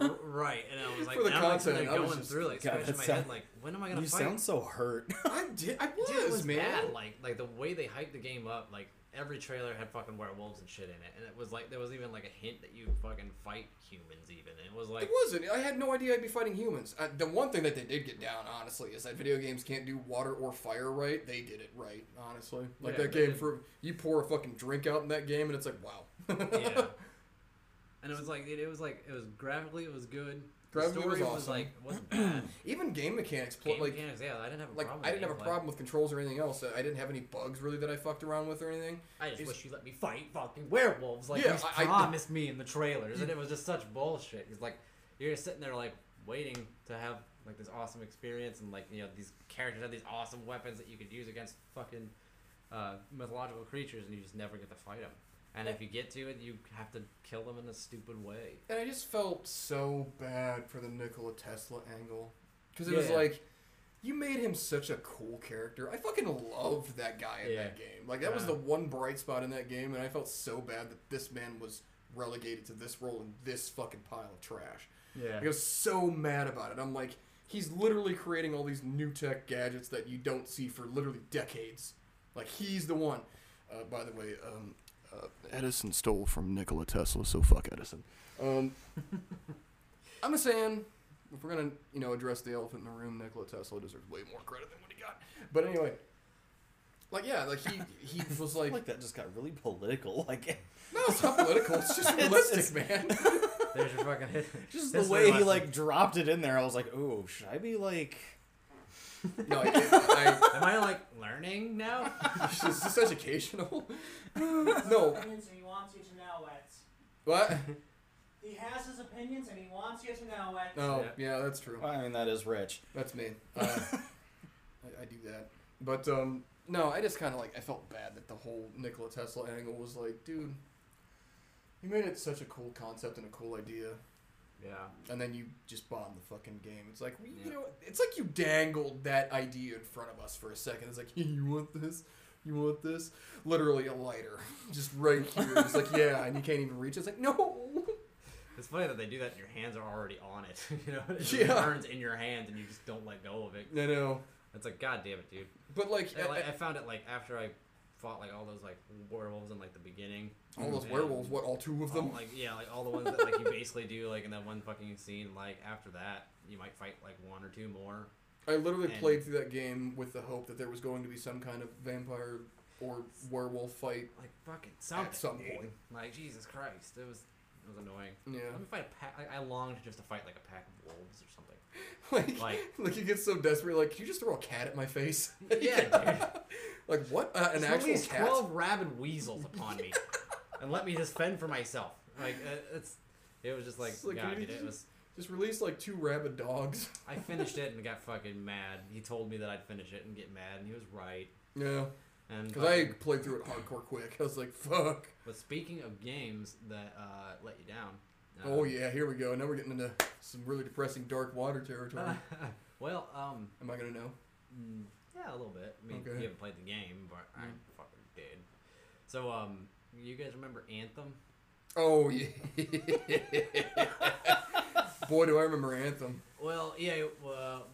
[SPEAKER 2] R- right? And I was like,
[SPEAKER 1] For the
[SPEAKER 2] now I'm sitting
[SPEAKER 1] content,
[SPEAKER 2] there
[SPEAKER 1] I was
[SPEAKER 2] going
[SPEAKER 1] just-
[SPEAKER 2] through like
[SPEAKER 3] God,
[SPEAKER 2] scratching
[SPEAKER 3] that
[SPEAKER 2] my
[SPEAKER 3] sound-
[SPEAKER 2] head, like when am I gonna
[SPEAKER 3] You
[SPEAKER 2] fight?
[SPEAKER 3] sound so hurt. *laughs*
[SPEAKER 1] I did. I was,
[SPEAKER 2] Dude, it was
[SPEAKER 1] man.
[SPEAKER 2] bad. Like like the way they hyped the game up, like every trailer had fucking werewolves and shit in it, and it was like there was even like a hint that you fucking fight humans even. And it was like
[SPEAKER 1] It wasn't. I had no idea I'd be fighting humans. Uh the one thing that they did get down, honestly, is that video games can't do water or fire right. They did it right, honestly. Like
[SPEAKER 2] Yeah,
[SPEAKER 1] that
[SPEAKER 2] they
[SPEAKER 1] game
[SPEAKER 2] did.
[SPEAKER 1] for you pour a fucking drink out in that game, and it's like wow.
[SPEAKER 2] yeah. And it was like it, it was like it was graphically it was good.
[SPEAKER 1] Graphically,
[SPEAKER 2] the
[SPEAKER 1] it was
[SPEAKER 2] story was,
[SPEAKER 1] awesome.
[SPEAKER 2] like it
[SPEAKER 1] *clears throat*
[SPEAKER 2] wasn't bad.
[SPEAKER 1] *laughs* Even game mechanics, pl-
[SPEAKER 2] Game
[SPEAKER 1] like
[SPEAKER 2] mechanics, yeah, I didn't have a
[SPEAKER 1] like
[SPEAKER 2] problem.
[SPEAKER 1] I
[SPEAKER 2] with
[SPEAKER 1] didn't have a
[SPEAKER 2] gameplay.
[SPEAKER 1] problem with controls or anything else. I didn't have any bugs really that I fucked around with or anything.
[SPEAKER 2] I just
[SPEAKER 1] It's-
[SPEAKER 2] wish you let me fight fucking werewolves like
[SPEAKER 1] Yeah,
[SPEAKER 2] you
[SPEAKER 1] I- I-
[SPEAKER 2] promised me in the trailers, and it was just such bullshit. It's like you're sitting there like waiting to have like this awesome experience, and like you know these characters have these awesome weapons that you could use against fucking uh, mythological creatures, and you just never get to fight them. And if you get to it, you have to kill them in a stupid way.
[SPEAKER 1] And I just felt so bad for the Nikola Tesla angle. Because it was
[SPEAKER 2] Yeah.
[SPEAKER 1] like, you made him such a cool character. I fucking loved that guy in that
[SPEAKER 2] Yeah.
[SPEAKER 1] game. Like, that was
[SPEAKER 2] Yeah.
[SPEAKER 1] the one bright spot in that game, and I felt so bad that this man was relegated to this role in this fucking pile of trash.
[SPEAKER 2] Yeah.
[SPEAKER 1] Like, I was so mad about it. I'm like, he's literally creating all these new tech gadgets that you don't see for literally decades. Like, he's the one. Uh, by the way, um, uh, Edison stole from Nikola Tesla, so fuck Edison. Um, I'm just saying, if we're gonna you know address the elephant in the room, Nikola Tesla deserves way more credit than what he got. But anyway, like yeah, like he he was
[SPEAKER 3] I
[SPEAKER 1] like,
[SPEAKER 3] *laughs* like that just got really political. Like
[SPEAKER 1] no, it's not political. It's just
[SPEAKER 3] It's-
[SPEAKER 1] realistic, man.
[SPEAKER 2] There's your fucking hit. *laughs*
[SPEAKER 3] just
[SPEAKER 2] History
[SPEAKER 3] the way he
[SPEAKER 2] lesson.
[SPEAKER 3] like dropped it in there, I was like, oh, should I be like?
[SPEAKER 1] no, I, I,
[SPEAKER 2] Am I like learning now?
[SPEAKER 1] it's just it's educational. no,
[SPEAKER 4] Opinions and he wants you to know it.
[SPEAKER 1] what?
[SPEAKER 4] He has his opinions and he wants you to know it.
[SPEAKER 1] No, yeah, that's true.
[SPEAKER 3] Well, I mean, that is rich.
[SPEAKER 1] That's me. Uh, I, I do that. But um, no, I just kind of like I felt bad that the whole Nikola Tesla angle was like, dude, you made it such a cool concept and a cool idea,
[SPEAKER 2] Yeah.
[SPEAKER 1] and then you just bombed the fucking game. It's like you
[SPEAKER 2] Yeah.
[SPEAKER 1] know, it's like you dangled that idea in front of us for a second. It's like, *laughs* you want this. You want this? Literally a lighter, *laughs* just right here. It's like, yeah, and you can't even reach. it. It's like, no.
[SPEAKER 2] It's funny that they do that and your hands are already on it. *laughs* you know, it
[SPEAKER 1] Yeah.
[SPEAKER 2] burns in your hands and you just don't let go of it.
[SPEAKER 1] No, no.
[SPEAKER 2] It's like, god damn it, dude.
[SPEAKER 1] But like,
[SPEAKER 2] I, like,
[SPEAKER 1] a-
[SPEAKER 2] I found it like after I fought like all those like werewolves in like the beginning.
[SPEAKER 1] a- all those
[SPEAKER 2] and-
[SPEAKER 1] werewolves. What? All two of
[SPEAKER 2] All,
[SPEAKER 1] them?
[SPEAKER 2] like yeah, like all the ones that like you basically do like in that one fucking scene. Like after that, you might fight like one or two more.
[SPEAKER 1] I literally
[SPEAKER 2] And-
[SPEAKER 1] played through that game with the hope that there was going to be some kind of vampire or werewolf fight.
[SPEAKER 2] Like fucking something.
[SPEAKER 1] some
[SPEAKER 2] dude.
[SPEAKER 1] point.
[SPEAKER 2] Like Jesus Christ, it was it was annoying.
[SPEAKER 1] Yeah, *laughs*
[SPEAKER 2] Let me fight a pack. I, I longed just to fight like a pack of wolves or something.
[SPEAKER 1] like, like
[SPEAKER 2] Like-
[SPEAKER 1] you get so desperate, like, can you just throw a cat at my face? *laughs*
[SPEAKER 2] Yeah, dude.
[SPEAKER 1] Like what? Uh, an
[SPEAKER 2] Throw
[SPEAKER 1] actual
[SPEAKER 2] these
[SPEAKER 1] cat?
[SPEAKER 2] twelve rabid weasels upon me, and let me just fend for myself. Like uh, it's, it was just like,
[SPEAKER 1] It's like,
[SPEAKER 2] God,
[SPEAKER 1] can you
[SPEAKER 2] dude, it
[SPEAKER 1] just-
[SPEAKER 2] was.
[SPEAKER 1] Just release like two rabid dogs. *laughs*
[SPEAKER 2] I finished it and got fucking mad. He told me that I'd finish it and get mad, and he was right.
[SPEAKER 1] Yeah,
[SPEAKER 2] And
[SPEAKER 1] because I
[SPEAKER 2] fucking-
[SPEAKER 1] played through it hardcore quick. I was like, fuck.
[SPEAKER 2] but speaking of games that uh, let you down. uh,
[SPEAKER 1] Oh yeah, here we go. Now we're getting into some really depressing dark water territory.
[SPEAKER 2] *laughs* Uh-huh. well, um,
[SPEAKER 1] Am I gonna know?
[SPEAKER 2] Mm, Yeah, a little bit. I mean,
[SPEAKER 1] Okay.
[SPEAKER 2] you haven't played the game, but I
[SPEAKER 1] Mm.
[SPEAKER 2] fucking did. So, um, you guys remember Anthem?
[SPEAKER 1] Oh yeah. *laughs* Boy, do I remember Anthem.
[SPEAKER 2] Well, yeah, well,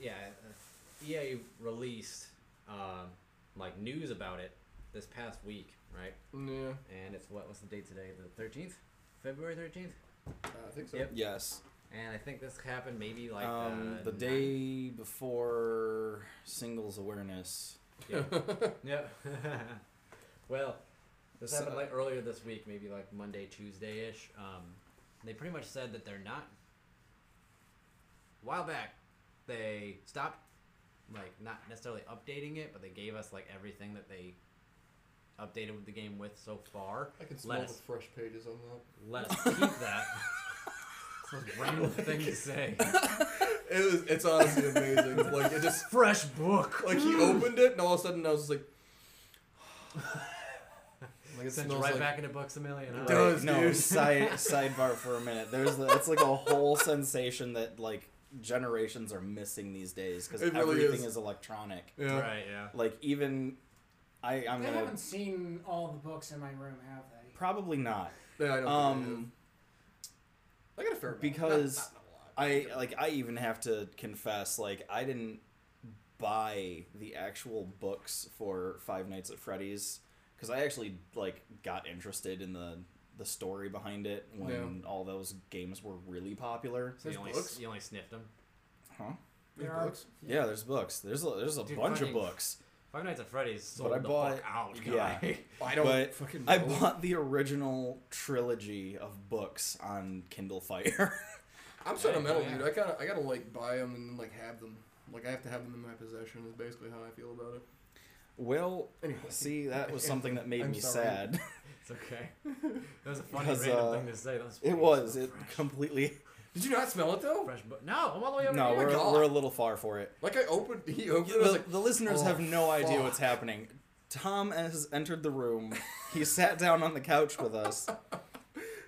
[SPEAKER 2] yeah, uh, EA released um, like news about it this past week, right?
[SPEAKER 1] Yeah,
[SPEAKER 2] And it's what? What's the date today? The thirteenth, February thirteenth.
[SPEAKER 1] uh, I think so.
[SPEAKER 2] Yep.
[SPEAKER 3] Yes.
[SPEAKER 2] And I think this happened maybe like
[SPEAKER 3] um,
[SPEAKER 2] uh,
[SPEAKER 3] the
[SPEAKER 2] nine-
[SPEAKER 3] day before singles awareness.
[SPEAKER 2] Yep. *laughs* well, this
[SPEAKER 3] So-
[SPEAKER 2] happened like earlier this week, maybe like Monday, Tuesday ish. Um, they pretty much said that they're not. A while back, they stopped, like not necessarily updating it, but they gave us like everything that they updated with the game with so far.
[SPEAKER 1] *laughs* I can
[SPEAKER 2] Let
[SPEAKER 1] smell the
[SPEAKER 2] us
[SPEAKER 1] fresh pages on that.
[SPEAKER 2] let
[SPEAKER 1] *laughs*
[SPEAKER 2] us keep that. It's the most random thing to say.
[SPEAKER 1] It was, it's honestly *laughs* amazing. like it just
[SPEAKER 2] *laughs* Fresh book.
[SPEAKER 1] like he opened it and all of a sudden I was just like, *sighs* like it
[SPEAKER 2] Sent you
[SPEAKER 1] smells
[SPEAKER 2] right
[SPEAKER 1] like
[SPEAKER 2] back into Bucks a Million. huh?
[SPEAKER 1] It does,
[SPEAKER 3] no
[SPEAKER 1] dude.
[SPEAKER 3] side sidebar for a minute. There's the, that's like a whole sensation that like generations are missing these days because
[SPEAKER 1] It really
[SPEAKER 3] everything is.
[SPEAKER 1] is.
[SPEAKER 3] electronic.
[SPEAKER 1] yeah.
[SPEAKER 2] Right. Yeah.
[SPEAKER 3] Like even I I'm
[SPEAKER 4] They
[SPEAKER 3] gonna
[SPEAKER 4] haven't seen all the books in my room, have they?
[SPEAKER 3] probably not.
[SPEAKER 1] Yeah, I don't think
[SPEAKER 3] Um,
[SPEAKER 1] it is. I got a fair amount.
[SPEAKER 3] because
[SPEAKER 1] Not- not- not a lot.
[SPEAKER 3] I like I even have to confess like I didn't buy the actual books for Five Nights at Freddy's because I actually like got interested in the the story behind it when all those games were really popular.
[SPEAKER 2] So
[SPEAKER 1] There's
[SPEAKER 2] you only,
[SPEAKER 1] books?
[SPEAKER 2] you only sniffed them.
[SPEAKER 3] Huh?
[SPEAKER 1] Big
[SPEAKER 4] There are-
[SPEAKER 1] books?
[SPEAKER 3] Yeah, there's books. There's a, there's a
[SPEAKER 2] Dude,
[SPEAKER 3] bunch of
[SPEAKER 2] fucking-
[SPEAKER 3] books.
[SPEAKER 2] Five Nights at Freddy's sold
[SPEAKER 3] But I
[SPEAKER 2] the
[SPEAKER 3] bought-
[SPEAKER 2] fuck out,
[SPEAKER 3] yeah.
[SPEAKER 2] guy. *laughs*
[SPEAKER 1] I don't
[SPEAKER 3] but
[SPEAKER 1] fucking.
[SPEAKER 3] I
[SPEAKER 1] know.
[SPEAKER 3] bought the original trilogy of books on Kindle Fire. *laughs*
[SPEAKER 1] I'm sentimental,
[SPEAKER 2] yeah.
[SPEAKER 1] dude. I gotta I gotta like buy them and like have them. Like I have to have them in my possession. Is basically how I feel about it.
[SPEAKER 3] well,
[SPEAKER 1] Anyway.
[SPEAKER 3] see, that was something that
[SPEAKER 1] *laughs*
[SPEAKER 3] made
[SPEAKER 1] I'm
[SPEAKER 3] me
[SPEAKER 1] sorry.
[SPEAKER 3] sad.
[SPEAKER 2] It's okay. *laughs* That was a funny
[SPEAKER 3] Because,
[SPEAKER 2] random
[SPEAKER 3] uh,
[SPEAKER 2] thing to say. That was
[SPEAKER 3] It
[SPEAKER 2] fucking
[SPEAKER 3] was.
[SPEAKER 2] so
[SPEAKER 3] It
[SPEAKER 2] fresh.
[SPEAKER 3] completely.
[SPEAKER 1] *laughs* Did you not smell it though?
[SPEAKER 2] fresh, but no, I'm all the way over
[SPEAKER 3] No, we're,
[SPEAKER 2] here.
[SPEAKER 1] Oh God.
[SPEAKER 3] we're a little far for it.
[SPEAKER 1] Like I opened, he opened. it, I was
[SPEAKER 3] The,
[SPEAKER 1] like,
[SPEAKER 3] the listeners
[SPEAKER 1] "Oh,
[SPEAKER 3] have no idea what's
[SPEAKER 1] fuck."
[SPEAKER 3] happening. Tom has entered the room. He sat down on the couch with us.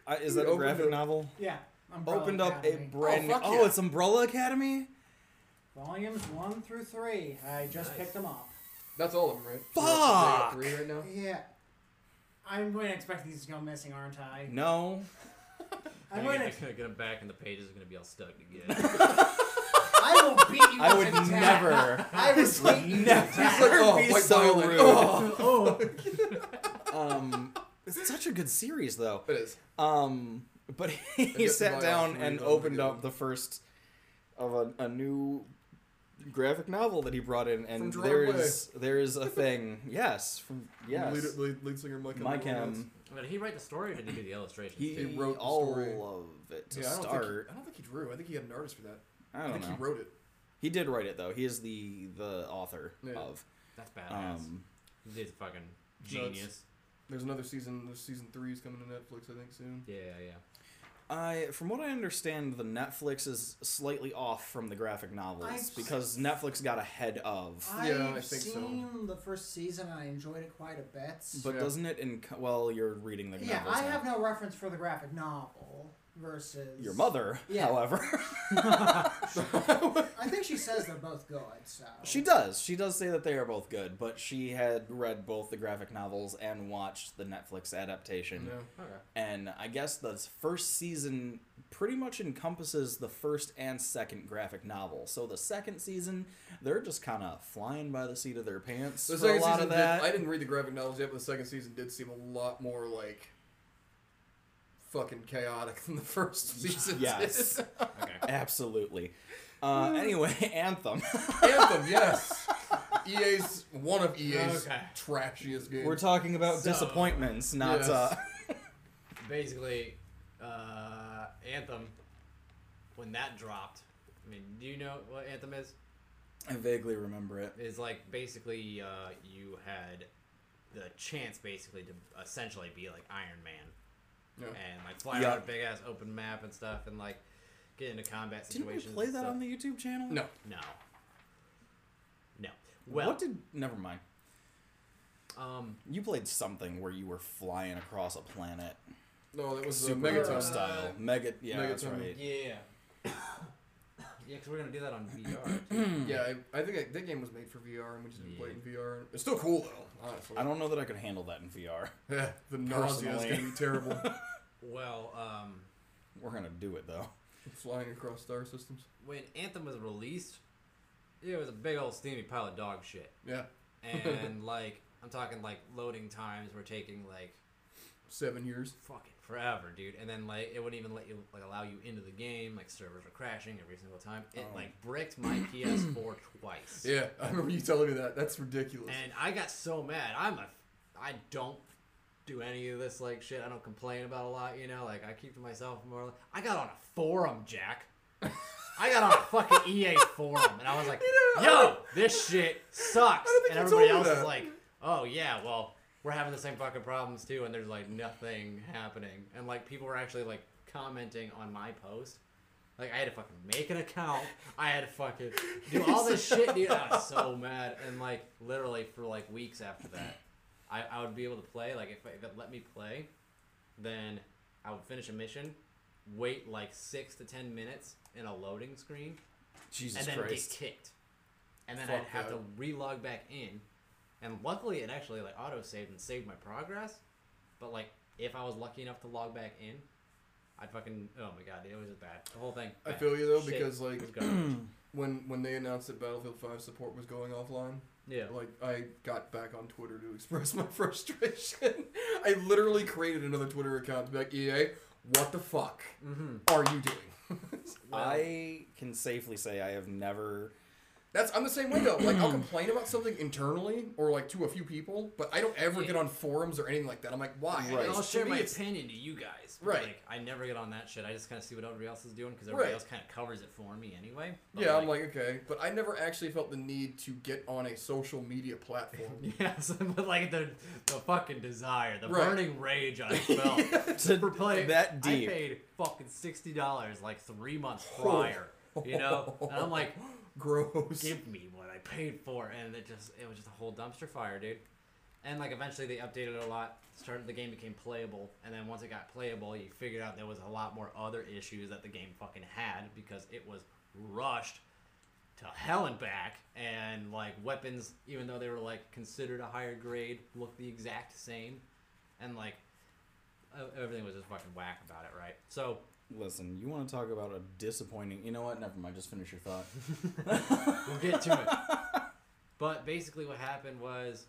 [SPEAKER 3] I, is
[SPEAKER 1] He
[SPEAKER 3] that a
[SPEAKER 1] opened
[SPEAKER 3] graphic
[SPEAKER 1] a-
[SPEAKER 3] novel?
[SPEAKER 4] Yeah. Umbrella
[SPEAKER 3] Opened up a
[SPEAKER 4] Academy.
[SPEAKER 3] brand new.
[SPEAKER 1] fuck
[SPEAKER 3] Oh,
[SPEAKER 1] yeah.
[SPEAKER 3] it's Umbrella Academy?
[SPEAKER 4] Volumes 1 through 3. I just
[SPEAKER 2] Nice.
[SPEAKER 4] picked them up.
[SPEAKER 1] that's all of them, right? We're up to
[SPEAKER 3] Fuck.
[SPEAKER 1] three right now.
[SPEAKER 4] Yeah. I'm going to expect these to go missing, aren't I?
[SPEAKER 3] No.
[SPEAKER 4] I'm
[SPEAKER 2] You're
[SPEAKER 4] going
[SPEAKER 2] *laughs* gonna,
[SPEAKER 4] to.
[SPEAKER 2] gonna get them back, and the pages are gonna be all stuck together.
[SPEAKER 3] *laughs*
[SPEAKER 2] *laughs*
[SPEAKER 4] I will beat
[SPEAKER 3] *laughs*
[SPEAKER 4] you
[SPEAKER 3] I
[SPEAKER 4] to
[SPEAKER 3] would
[SPEAKER 4] the
[SPEAKER 3] *laughs*
[SPEAKER 4] death.
[SPEAKER 3] never.
[SPEAKER 4] I will beat you to
[SPEAKER 3] never.
[SPEAKER 4] death.
[SPEAKER 1] It's like, oh,
[SPEAKER 3] Be
[SPEAKER 1] white
[SPEAKER 3] so
[SPEAKER 1] violin.
[SPEAKER 3] rude.
[SPEAKER 1] Oh.
[SPEAKER 3] um it's such a good series though
[SPEAKER 1] It is.
[SPEAKER 3] um but *laughs* he
[SPEAKER 1] guess
[SPEAKER 3] sat
[SPEAKER 1] my
[SPEAKER 3] down
[SPEAKER 1] option
[SPEAKER 3] and
[SPEAKER 1] is I'm gonna
[SPEAKER 3] opened
[SPEAKER 1] go-
[SPEAKER 3] up the first of a, a new graphic novel that he brought in, and
[SPEAKER 1] From
[SPEAKER 3] there
[SPEAKER 1] Broadway.
[SPEAKER 3] is there is
[SPEAKER 1] *laughs*
[SPEAKER 3] a thing. Yes, from yes,
[SPEAKER 1] Lead, lead, lead singer Mike.
[SPEAKER 3] Mike
[SPEAKER 1] Evans.
[SPEAKER 3] M.
[SPEAKER 2] But did he write the story or did he do the illustrations?
[SPEAKER 3] He,
[SPEAKER 2] too?
[SPEAKER 1] He wrote the
[SPEAKER 3] all
[SPEAKER 1] story.
[SPEAKER 3] of it to
[SPEAKER 1] Yeah, I don't, think
[SPEAKER 3] start.
[SPEAKER 1] he, I don't think he drew. I think he had an artist for that.
[SPEAKER 3] I
[SPEAKER 1] I,
[SPEAKER 3] don't
[SPEAKER 1] think
[SPEAKER 3] know.
[SPEAKER 1] he wrote it.
[SPEAKER 3] He did write it though. He is the the author
[SPEAKER 1] Yeah.
[SPEAKER 3] of.
[SPEAKER 2] That's badass.
[SPEAKER 3] Um,
[SPEAKER 2] He's a fucking genius.
[SPEAKER 1] There's another season. There's season three is coming to Netflix, I think, soon.
[SPEAKER 2] Yeah, yeah.
[SPEAKER 3] I from what I understand, the Netflix is slightly off from the graphic novels
[SPEAKER 4] I've-
[SPEAKER 3] because Netflix got ahead of.
[SPEAKER 1] Yeah,
[SPEAKER 4] I've
[SPEAKER 1] I think so.
[SPEAKER 4] seen the first season and I enjoyed it quite a bit.
[SPEAKER 3] But
[SPEAKER 1] Yeah.
[SPEAKER 3] doesn't it in well? You're reading the
[SPEAKER 4] yeah,
[SPEAKER 3] novels.
[SPEAKER 4] I
[SPEAKER 3] now.
[SPEAKER 4] have no reference for the graphic novel versus
[SPEAKER 3] Your mother,
[SPEAKER 4] Yeah.
[SPEAKER 3] however, *laughs*
[SPEAKER 4] I think she says they're both good. So
[SPEAKER 3] she does. She does say that they are both good, but she had read both the graphic novels and watched the Netflix adaptation.
[SPEAKER 1] No.
[SPEAKER 2] Okay.
[SPEAKER 3] And I guess the first season pretty much encompasses the first and second graphic novel. So the second season, they're just kind of flying by the seat of their pants
[SPEAKER 1] The
[SPEAKER 3] for a
[SPEAKER 1] second
[SPEAKER 3] lot
[SPEAKER 1] season
[SPEAKER 3] of that.
[SPEAKER 1] Did, I didn't read the graphic novels yet, but the second season did seem a lot more like fucking chaotic than the first season.
[SPEAKER 3] Yes.
[SPEAKER 1] did.
[SPEAKER 2] Okay.
[SPEAKER 3] Absolutely. Uh, anyway,
[SPEAKER 1] *laughs*
[SPEAKER 3] *laughs* Anthem.
[SPEAKER 1] *laughs* Anthem, yes. EA's one of EA's
[SPEAKER 2] Okay.
[SPEAKER 1] trashiest games.
[SPEAKER 3] We're talking about
[SPEAKER 2] So-
[SPEAKER 3] disappointments, not.
[SPEAKER 1] Yes.
[SPEAKER 3] Uh,
[SPEAKER 2] *laughs*
[SPEAKER 3] *laughs*
[SPEAKER 2] Basically, uh, Anthem, when that dropped, I mean, do you know what Anthem is?
[SPEAKER 3] I vaguely remember it.
[SPEAKER 2] It's like basically uh, you had the chance basically to essentially be like Iron Man
[SPEAKER 1] Yeah.
[SPEAKER 2] and like fly
[SPEAKER 3] Yeah.
[SPEAKER 2] around a big ass open map and stuff and like get into combat
[SPEAKER 3] Didn't we
[SPEAKER 2] situations.
[SPEAKER 3] play
[SPEAKER 2] and
[SPEAKER 3] that
[SPEAKER 2] stuff.
[SPEAKER 3] on the YouTube channel?
[SPEAKER 1] No.
[SPEAKER 2] No. No. Well,
[SPEAKER 3] what did? Never mind.
[SPEAKER 2] um,
[SPEAKER 3] You played something where you were flying across a planet,
[SPEAKER 1] No, that was uh, the
[SPEAKER 3] Super
[SPEAKER 1] Megaton
[SPEAKER 3] Megaton style. Mega, yeah, that's
[SPEAKER 1] Megaton.
[SPEAKER 3] right.
[SPEAKER 2] yeah. *coughs* yeah, because we're gonna do that on VR.
[SPEAKER 3] *coughs*
[SPEAKER 2] Too.
[SPEAKER 3] Mm.
[SPEAKER 1] Yeah, I, I think that, that game was made for VR, and we just didn't play it in VR. It's still cool though, honestly.
[SPEAKER 3] I don't know that I could handle that in VR.
[SPEAKER 1] *laughs* Yeah, the nausea is
[SPEAKER 3] Personally.
[SPEAKER 1] gonna be terrible.
[SPEAKER 2] Well, um,
[SPEAKER 3] *laughs* We're gonna do it though.
[SPEAKER 1] Flying across star systems.
[SPEAKER 2] when Anthem was released, it was a big old steamy pile of dog
[SPEAKER 3] *laughs*
[SPEAKER 2] shit.
[SPEAKER 1] Yeah,
[SPEAKER 2] and like I'm talking like loading times were taking like
[SPEAKER 1] seven years.
[SPEAKER 2] fucking forever, dude. And then like it wouldn't even let you like allow you into the game. Like servers were crashing every single time. It
[SPEAKER 3] Oh.
[SPEAKER 2] like bricked my
[SPEAKER 1] *clears throat*
[SPEAKER 2] PS4 twice.
[SPEAKER 1] Yeah, I remember you telling me that. That's ridiculous.
[SPEAKER 2] And I got so mad. I'm a I don't do any of this like shit. I don't complain about a lot, you know. Like I keep to myself more. I got on a forum,
[SPEAKER 1] *laughs*
[SPEAKER 2] Jack. I got on a fucking EA forum, and I was like,
[SPEAKER 1] You know, oh, I
[SPEAKER 2] "Yo, this shit sucks."
[SPEAKER 1] don't think
[SPEAKER 2] And
[SPEAKER 1] you
[SPEAKER 2] everybody
[SPEAKER 1] told
[SPEAKER 2] else
[SPEAKER 1] me
[SPEAKER 2] is
[SPEAKER 1] that.
[SPEAKER 2] like, "Oh yeah, well, we're having the same fucking problems too," and there's like nothing happening, and like people were actually like commenting on my post. Like I had to fucking make an account. I had to fucking
[SPEAKER 1] *laughs*
[SPEAKER 2] do all this shit, dude. I was so mad, and like literally for like weeks after that, I, I would be able to play. Like if, if it let me play, then I would finish a mission, wait like six to ten minutes in a loading screen,
[SPEAKER 3] Jesus
[SPEAKER 2] and then
[SPEAKER 3] Christ.
[SPEAKER 2] get kicked. And then
[SPEAKER 1] Fuck
[SPEAKER 2] I'd have
[SPEAKER 1] that.
[SPEAKER 2] to relog back in. And luckily, it actually like auto saved and saved my progress. But like, if I was lucky enough to log back in, I'd fucking oh my god, it was bad. The whole thing.
[SPEAKER 1] I
[SPEAKER 2] bad.
[SPEAKER 1] feel you though,
[SPEAKER 2] Shit
[SPEAKER 1] because, like, *clears throat*
[SPEAKER 2] was garbage.
[SPEAKER 1] when when they announced that Battlefield 5 support was going offline,
[SPEAKER 2] yeah,
[SPEAKER 1] like I got back on Twitter to express *laughs* my frustration. I literally created another Twitter account to be like, EA, what the fuck
[SPEAKER 2] Mm-hmm.
[SPEAKER 3] Mm.
[SPEAKER 1] are you doing? *laughs*
[SPEAKER 3] I can safely say I have never.
[SPEAKER 1] That's I'm the same way though. Like *clears throat* I'll complain about something internally or like to a few people, but I don't ever get on forums or anything like that. I'm like, why?
[SPEAKER 3] Right.
[SPEAKER 2] And I'll
[SPEAKER 1] It's-
[SPEAKER 2] share
[SPEAKER 1] to
[SPEAKER 2] my
[SPEAKER 1] me, it's-
[SPEAKER 2] opinion to you guys. but,
[SPEAKER 1] Right.
[SPEAKER 2] Like, I never get on that shit. I just kind of see what everybody else is doing because everybody
[SPEAKER 1] Right.
[SPEAKER 2] else kind of covers it for me anyway. But,
[SPEAKER 1] Yeah, I'm like, okay, but I never actually felt the need to get on a social media *laughs* platform.
[SPEAKER 2] *laughs* Yes, but like the the fucking desire, the
[SPEAKER 1] Right.
[SPEAKER 2] burning
[SPEAKER 3] *laughs*
[SPEAKER 2] rage I felt
[SPEAKER 3] To
[SPEAKER 2] for playing
[SPEAKER 3] that deep.
[SPEAKER 2] I paid fucking sixty dollars like three months prior. You know, and I'm like,
[SPEAKER 1] Gross.
[SPEAKER 2] give me what I paid for, and it just it was just a whole dumpster fire, dude. And like eventually they updated it a lot. Started the game became playable, and then once it got playable, you figured out there was a lot more other issues that the game fucking had because it was rushed to hell and back, and like weapons, even though they were like considered a higher grade, looked the exact same, and like e- everything was just fucking whack about it, right? So
[SPEAKER 3] Listen, you want to talk about a disappointing. You know what? Never mind. Just finish your
[SPEAKER 1] *laughs*
[SPEAKER 3] thought.
[SPEAKER 2] We'll get to it. but basically, what happened was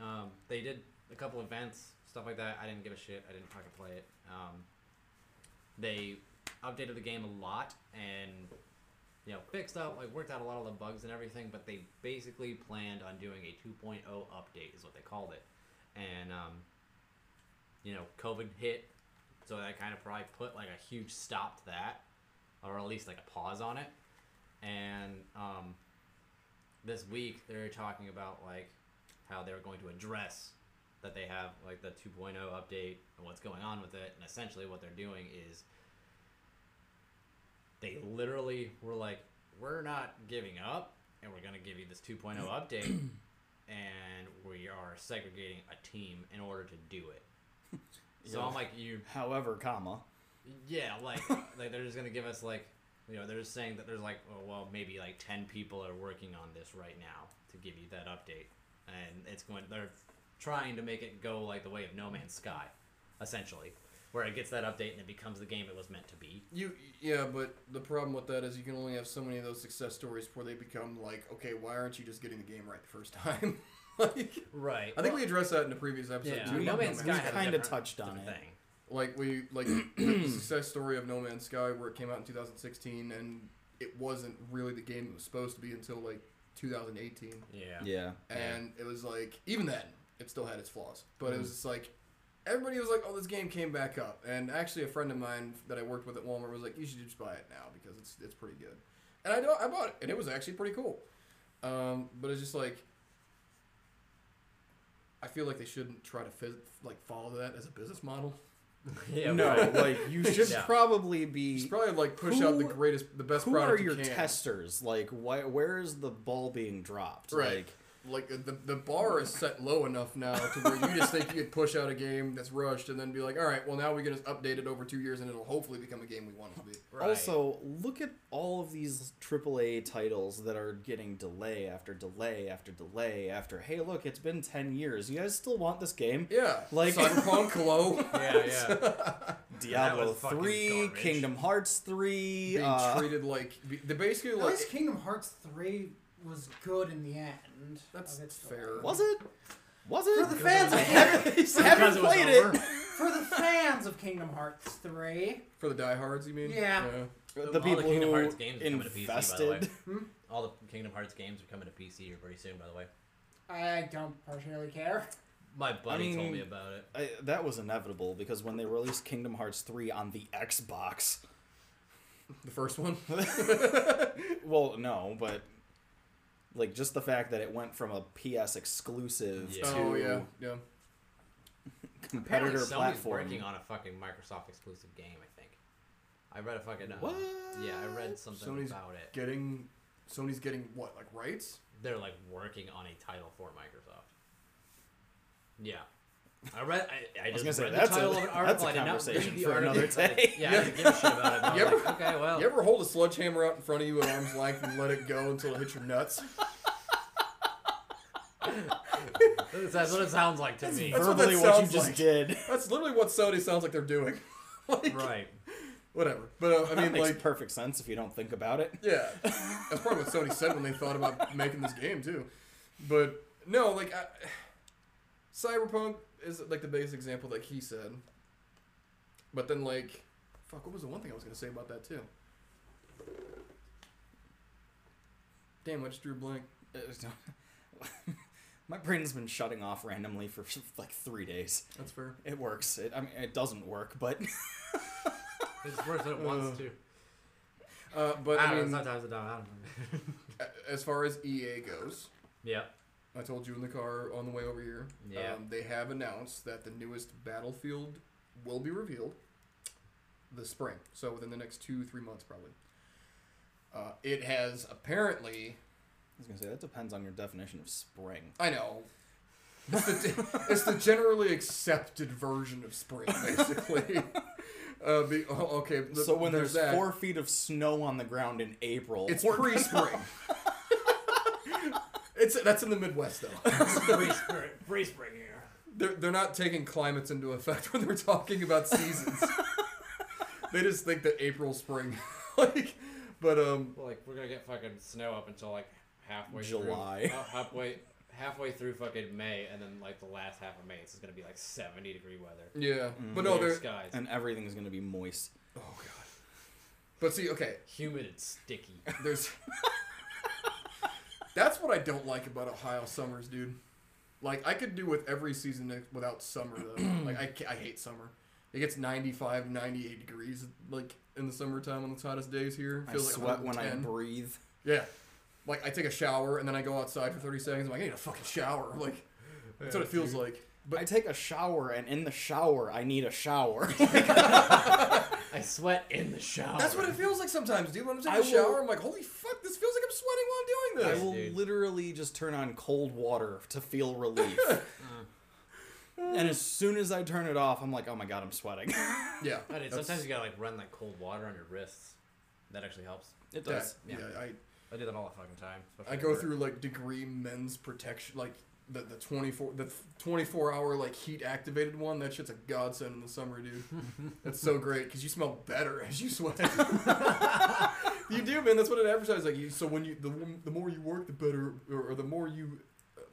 [SPEAKER 2] um, they did a couple events, stuff like that. I didn't give a shit. I didn't fucking play it. Um, they updated the game a lot, and you know, fixed up, like worked out a lot of the bugs and everything, but they basically planned on doing a 2.0 update, is what they called it. And, um, you know, COVID hit, so that kind of probably put like a huge stop to that, or at least like a pause on it. And um, this week they were talking about like how they were going to address that they have like the 2.0 update and what's going on with it. And essentially what they're doing is they literally were like, we're not giving up and we're going to give you this 2.0 update and we are segregating a team in order to do it. So
[SPEAKER 3] Yeah.
[SPEAKER 2] I'm like, you
[SPEAKER 3] However, comma.
[SPEAKER 2] yeah,
[SPEAKER 3] *laughs*
[SPEAKER 2] like like they're just gonna give us like you know they're just saying that there's like oh, well maybe like ten people are working on this right now to give you that update, and it's going they're trying to make it go like the way of No Man's Sky, essentially, where it gets that update and it becomes the game it was meant to be.
[SPEAKER 1] You yeah, but the problem with that is you can only have so many of those success stories before they become like, okay, why aren't you just getting the game right the first time? *laughs* like,
[SPEAKER 2] Right.
[SPEAKER 1] I think we addressed that in the previous episode
[SPEAKER 2] yeah.
[SPEAKER 1] too.
[SPEAKER 3] we-
[SPEAKER 2] No
[SPEAKER 1] about
[SPEAKER 2] Man's
[SPEAKER 3] we
[SPEAKER 2] Sky had a
[SPEAKER 3] kinda
[SPEAKER 2] different-
[SPEAKER 3] touched on
[SPEAKER 2] different
[SPEAKER 3] it.
[SPEAKER 2] Thing.
[SPEAKER 1] Like we like the success story of No Man's Sky where it came out in 2016 and it wasn't really the game it was supposed to be until like 2018.
[SPEAKER 2] Yeah.
[SPEAKER 3] Yeah.
[SPEAKER 1] And it was like even then it still had its flaws, but it was just like everybody was like, "Oh, this game came back up." And actually, a friend of mine that I worked with at Walmart was like, "You should just buy it now because it's it's pretty good." And I don't, I bought it, and it was actually pretty cool. Um, but it's just like I feel like they shouldn't try to phys- like follow that as a business model.
[SPEAKER 2] *laughs* Yeah.
[SPEAKER 3] no,
[SPEAKER 2] right.
[SPEAKER 3] like
[SPEAKER 1] *laughs*
[SPEAKER 3] you should
[SPEAKER 2] Yeah.
[SPEAKER 3] probably
[SPEAKER 1] Just
[SPEAKER 3] be.
[SPEAKER 1] probably like push out the
[SPEAKER 3] Who-
[SPEAKER 1] greatest, the best
[SPEAKER 3] Who are
[SPEAKER 1] product
[SPEAKER 3] your
[SPEAKER 1] you can.
[SPEAKER 3] testers? Like, why? Where is the ball being dropped?
[SPEAKER 1] Right.
[SPEAKER 3] Like,
[SPEAKER 1] Like, uh, the, the bar is set low enough now to where you just think you could push out a game that's rushed and then be like, all right, well, now we can just update it over two years and it'll hopefully become a game we want it to be.
[SPEAKER 2] Right.
[SPEAKER 3] Also, look at all of these AAA titles that are getting delay after delay after delay after. Hey, look, it's been ten years. You guys still want this game?
[SPEAKER 1] Yeah. *laughs*
[SPEAKER 3] Like-
[SPEAKER 1] Cyberpunk, hello.
[SPEAKER 2] Yeah.
[SPEAKER 3] *laughs*
[SPEAKER 2] Yeah.
[SPEAKER 3] Diablo
[SPEAKER 2] was fucking
[SPEAKER 3] three,
[SPEAKER 2] garbage.
[SPEAKER 3] Kingdom Hearts three.
[SPEAKER 1] Being
[SPEAKER 3] uh,
[SPEAKER 1] treated like. be- They're basically
[SPEAKER 4] At
[SPEAKER 1] like.
[SPEAKER 4] least Kingdom Hearts 3 was good in the end.
[SPEAKER 1] That's
[SPEAKER 4] of its
[SPEAKER 1] fair.
[SPEAKER 4] life.
[SPEAKER 3] was it? Was it?
[SPEAKER 4] For the fans, I
[SPEAKER 3] *laughs* haven't,
[SPEAKER 2] Because
[SPEAKER 3] haven't
[SPEAKER 2] it was
[SPEAKER 3] played
[SPEAKER 2] over.
[SPEAKER 3] it.
[SPEAKER 4] For the fans of Kingdom Hearts 3.
[SPEAKER 1] For the diehards, you mean?
[SPEAKER 4] Yeah.
[SPEAKER 2] All
[SPEAKER 3] The people
[SPEAKER 2] Kingdom
[SPEAKER 3] who
[SPEAKER 2] Hearts games are coming to PC, by the way.
[SPEAKER 3] invested.
[SPEAKER 2] All the Kingdom Hearts games are coming to PC here pretty soon, by the way.
[SPEAKER 4] I don't particularly care.
[SPEAKER 2] My buddy told
[SPEAKER 3] mean-
[SPEAKER 2] me about it.
[SPEAKER 3] I, that was inevitable because when they released Kingdom Hearts 3 on the Xbox,
[SPEAKER 1] The first *laughs* one.
[SPEAKER 3] well, no, but like just the fact that it went from a PS exclusive
[SPEAKER 2] Yeah.
[SPEAKER 3] to
[SPEAKER 1] Oh, yeah. Yeah.
[SPEAKER 3] competitor
[SPEAKER 2] Apparently Sony's
[SPEAKER 3] platform.
[SPEAKER 2] working on a fucking Microsoft exclusive game. I think. I read a fucking. Uh,
[SPEAKER 3] What?
[SPEAKER 2] Yeah, I read something
[SPEAKER 1] Sony's-
[SPEAKER 2] about it.
[SPEAKER 1] Getting. Sony's getting what? Like rights?
[SPEAKER 2] They're like working on a title for Microsoft. Yeah. I read. I, I,
[SPEAKER 3] was
[SPEAKER 2] just
[SPEAKER 3] gonna say,
[SPEAKER 2] read
[SPEAKER 3] that's
[SPEAKER 2] the title
[SPEAKER 3] a-
[SPEAKER 2] of an
[SPEAKER 3] that's
[SPEAKER 2] article.
[SPEAKER 3] a
[SPEAKER 2] I did not
[SPEAKER 3] conversation
[SPEAKER 2] read the
[SPEAKER 3] for
[SPEAKER 2] article.
[SPEAKER 3] another
[SPEAKER 2] I-
[SPEAKER 3] day.
[SPEAKER 2] *laughs* yeah, I didn't give a shit about it. But
[SPEAKER 1] You
[SPEAKER 2] I'm like, okay, well,
[SPEAKER 1] You ever hold a sledgehammer out in front of you at arm's length and let it go until it hits your nuts?
[SPEAKER 2] that's what it sounds like to me.
[SPEAKER 1] That's what
[SPEAKER 3] Verbally
[SPEAKER 1] that
[SPEAKER 3] what, you
[SPEAKER 1] sounds
[SPEAKER 3] just
[SPEAKER 1] like. *laughs*
[SPEAKER 3] did.
[SPEAKER 1] That's literally what Sony sounds like they're doing. *laughs* like,
[SPEAKER 2] Right.
[SPEAKER 1] Whatever. But uh, I
[SPEAKER 3] That
[SPEAKER 1] mean,
[SPEAKER 3] makes
[SPEAKER 1] like,
[SPEAKER 3] perfect sense if you don't think about it. *laughs*
[SPEAKER 1] yeah, that's probably what Sony said when they thought about making this game too. But no, like, I, Cyberpunk is like the biggest example that he said. But then, like, fuck, what was the one thing I was gonna say about that too? Damn, I just drew a blank.
[SPEAKER 3] My brain's been shutting off randomly for like three days.
[SPEAKER 1] That's fair.
[SPEAKER 3] It works. It, I mean, it doesn't work, but *laughs*
[SPEAKER 2] It's worse than it
[SPEAKER 1] Uh,
[SPEAKER 2] wants to.
[SPEAKER 1] Uh, but
[SPEAKER 2] I
[SPEAKER 1] I
[SPEAKER 2] don't know,
[SPEAKER 1] mean,
[SPEAKER 2] sometimes it don't. I don't know. *laughs*
[SPEAKER 1] a- as far as EA goes,
[SPEAKER 2] yeah.
[SPEAKER 1] I told you in the car on the way over here.
[SPEAKER 2] Yeah.
[SPEAKER 1] Um, they have announced that the newest Battlefield will be revealed this spring. So within the next two, three months, probably. Uh, it has apparently.
[SPEAKER 3] I was gonna say that depends on your definition of spring.
[SPEAKER 1] I know. It's the,
[SPEAKER 3] *laughs*
[SPEAKER 1] it's the generally accepted version of spring,
[SPEAKER 3] *laughs*
[SPEAKER 1] basically. uh, be, oh, okay. th-
[SPEAKER 3] so when there's,
[SPEAKER 1] that.
[SPEAKER 3] four feet of snow on the ground in April,
[SPEAKER 1] It's
[SPEAKER 3] *laughs*
[SPEAKER 1] pre-spring. it's that's in the Midwest though.
[SPEAKER 2] free spirit, free spring here.
[SPEAKER 1] They're, they're not taking climates into effect *laughs* when they're talking about seasons. they just think that April, spring, *laughs* like, but um,
[SPEAKER 2] Well, like we're gonna get fucking snow up until like halfway
[SPEAKER 3] July.
[SPEAKER 2] through, uh, halfway halfway through fucking May, and then like the last half of May, it's just gonna be like seventy degree weather,
[SPEAKER 3] Mm,
[SPEAKER 1] yeah, but Oh, no,
[SPEAKER 2] Clear
[SPEAKER 1] they're
[SPEAKER 2] skies.
[SPEAKER 3] and everything's gonna be moist.
[SPEAKER 1] oh god, But see, okay,
[SPEAKER 2] Humid and sticky.
[SPEAKER 3] *laughs*
[SPEAKER 1] there's. That's what I don't like about Ohio summers, dude. Like I could do with every season ex- without summer
[SPEAKER 3] *clears throat*
[SPEAKER 1] though. like I, ca- I hate summer. It gets 95, 98 degrees like in the summertime on the hottest days here.
[SPEAKER 3] I sweat when I
[SPEAKER 1] 110.
[SPEAKER 3] breathe.
[SPEAKER 1] Yeah. Like I take a shower and then I go outside for 30 seconds. I'm like I need a fucking shower. *laughs* Like that's what it feels like.
[SPEAKER 3] But I take a shower, and in the shower, I need a shower. *laughs*
[SPEAKER 2] I sweat in the shower.
[SPEAKER 1] That's what it feels like sometimes, dude. When I'm taking
[SPEAKER 3] I
[SPEAKER 1] a shower,
[SPEAKER 3] will-
[SPEAKER 1] I'm like, holy fuck, this feels like I'm sweating while
[SPEAKER 3] I
[SPEAKER 1] I'm doing this.
[SPEAKER 3] will
[SPEAKER 2] dude.
[SPEAKER 3] literally just turn on cold water to feel *laughs* relief. and as soon as I turn it off, I'm like, oh my god, I'm sweating. *laughs*
[SPEAKER 1] Yeah.
[SPEAKER 2] But it-
[SPEAKER 1] that's-
[SPEAKER 2] sometimes you gotta like run like cold water on your wrists. That actually helps.
[SPEAKER 3] it
[SPEAKER 1] yeah,
[SPEAKER 3] does.
[SPEAKER 1] yeah.
[SPEAKER 2] yeah.
[SPEAKER 1] I
[SPEAKER 2] I do that all the fucking time. especially
[SPEAKER 1] I
[SPEAKER 2] at
[SPEAKER 1] go
[SPEAKER 2] work.
[SPEAKER 1] through like degree men's protection, like the the twenty four the twenty four hour like heat activated one. That shit's a godsend in the summer, dude. That's so great because you smell better *laughs* as you sweat. you do, man. That's what it advertises. Like you, so when you the wom- the more you work, the better, or, or the more you.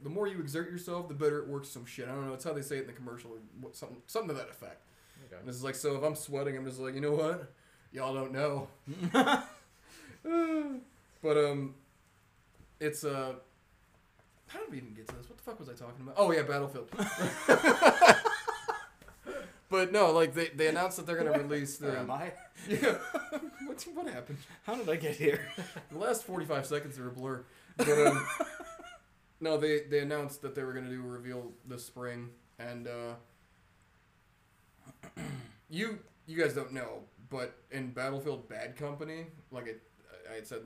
[SPEAKER 1] The more you exert yourself, the better it works. Some shit. I don't know. It's how they say it in the commercial, or what, something, something to that effect.
[SPEAKER 2] Okay.
[SPEAKER 1] And it's like, so if I'm sweating, I'm just like, you know what? Y'all don't
[SPEAKER 3] *laughs*
[SPEAKER 1] know. but um, it's uh, how did we even get to this? What the fuck was I talking about? Oh yeah,
[SPEAKER 3] *laughs*
[SPEAKER 1] Battlefield. but no, like they, they announced that they're gonna release
[SPEAKER 3] Where
[SPEAKER 1] the.
[SPEAKER 3] am I?
[SPEAKER 1] *laughs*
[SPEAKER 3] *laughs*
[SPEAKER 1] Yeah. what what happened?
[SPEAKER 3] How did I get here?
[SPEAKER 1] The last forty five seconds are a blur. But um, no, they they announced that they were gonna do a reveal this spring, and uh, *clears throat* you you guys don't know, but in Battlefield Bad Company, like it, I had said,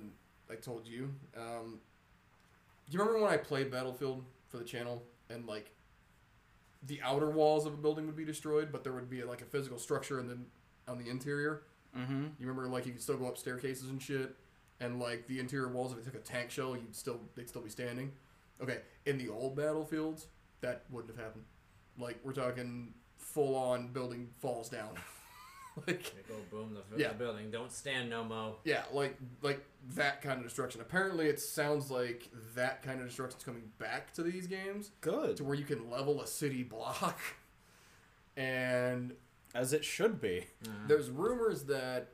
[SPEAKER 1] I told you. Um, do you remember when I played Battlefield for the channel and like the outer walls of a building would be destroyed, but there would be like a physical structure and then on the interior.
[SPEAKER 3] *laughs* Mm-hmm.
[SPEAKER 1] You remember like you could still go up staircases and shit, and like the interior walls. If it took a tank shell, you'd still they'd still be standing. Okay, in the old battlefields, that wouldn't have happened. Like we're talking full on building falls down. *laughs* like
[SPEAKER 2] They go boom the,
[SPEAKER 1] Yeah.
[SPEAKER 2] the building. Don't stand no mo.
[SPEAKER 1] yeah, like like that kind of destruction. Apparently, it sounds like that kind of destruction's coming back to these games
[SPEAKER 3] Good.
[SPEAKER 1] to where you can level a city *laughs* block. And
[SPEAKER 3] As it should be.
[SPEAKER 1] There's rumors that,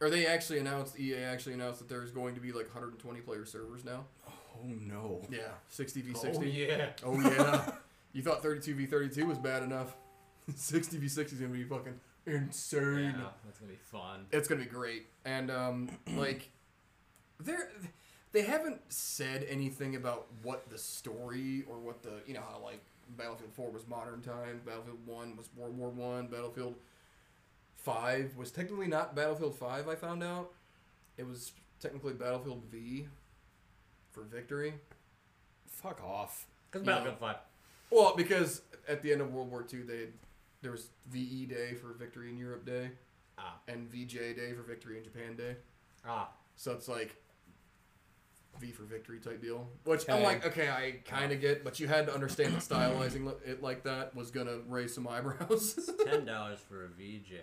[SPEAKER 1] or they actually announced EA actually announced that there's going to be like 120 player servers now.
[SPEAKER 3] Oh no.
[SPEAKER 1] Yeah, 60 v
[SPEAKER 2] Oh
[SPEAKER 1] 60.
[SPEAKER 2] yeah.
[SPEAKER 1] Oh yeah. *laughs* you thought 32 v 32 was bad enough. *laughs* 60 v 60 is gonna be fucking insane.
[SPEAKER 2] Yeah, that's gonna be fun.
[SPEAKER 1] It's gonna be great. And um, like, they're they haven't said anything about what the story or what the you know how like Battlefield 4 was modern time, Battlefield 1 was World War One, Battlefield 5 was technically not Battlefield 5. I found out it was technically Battlefield V for victory.
[SPEAKER 3] Fuck off.
[SPEAKER 2] Because
[SPEAKER 1] Yeah.
[SPEAKER 2] Battlefield Five.
[SPEAKER 1] Well, because at the end of World War II, they had, there was VE Day for Victory in Europe Day
[SPEAKER 2] Ah,
[SPEAKER 1] and VJ Day for Victory in Japan Day.
[SPEAKER 2] ah.
[SPEAKER 1] *laughs* So it's like V for victory type deal, which I'm
[SPEAKER 3] Okay.
[SPEAKER 1] like, okay, I kind of get, but you had to understand that stylizing li- it like that was gonna raise some eyebrows. *laughs*
[SPEAKER 2] Ten dollars for a VJ.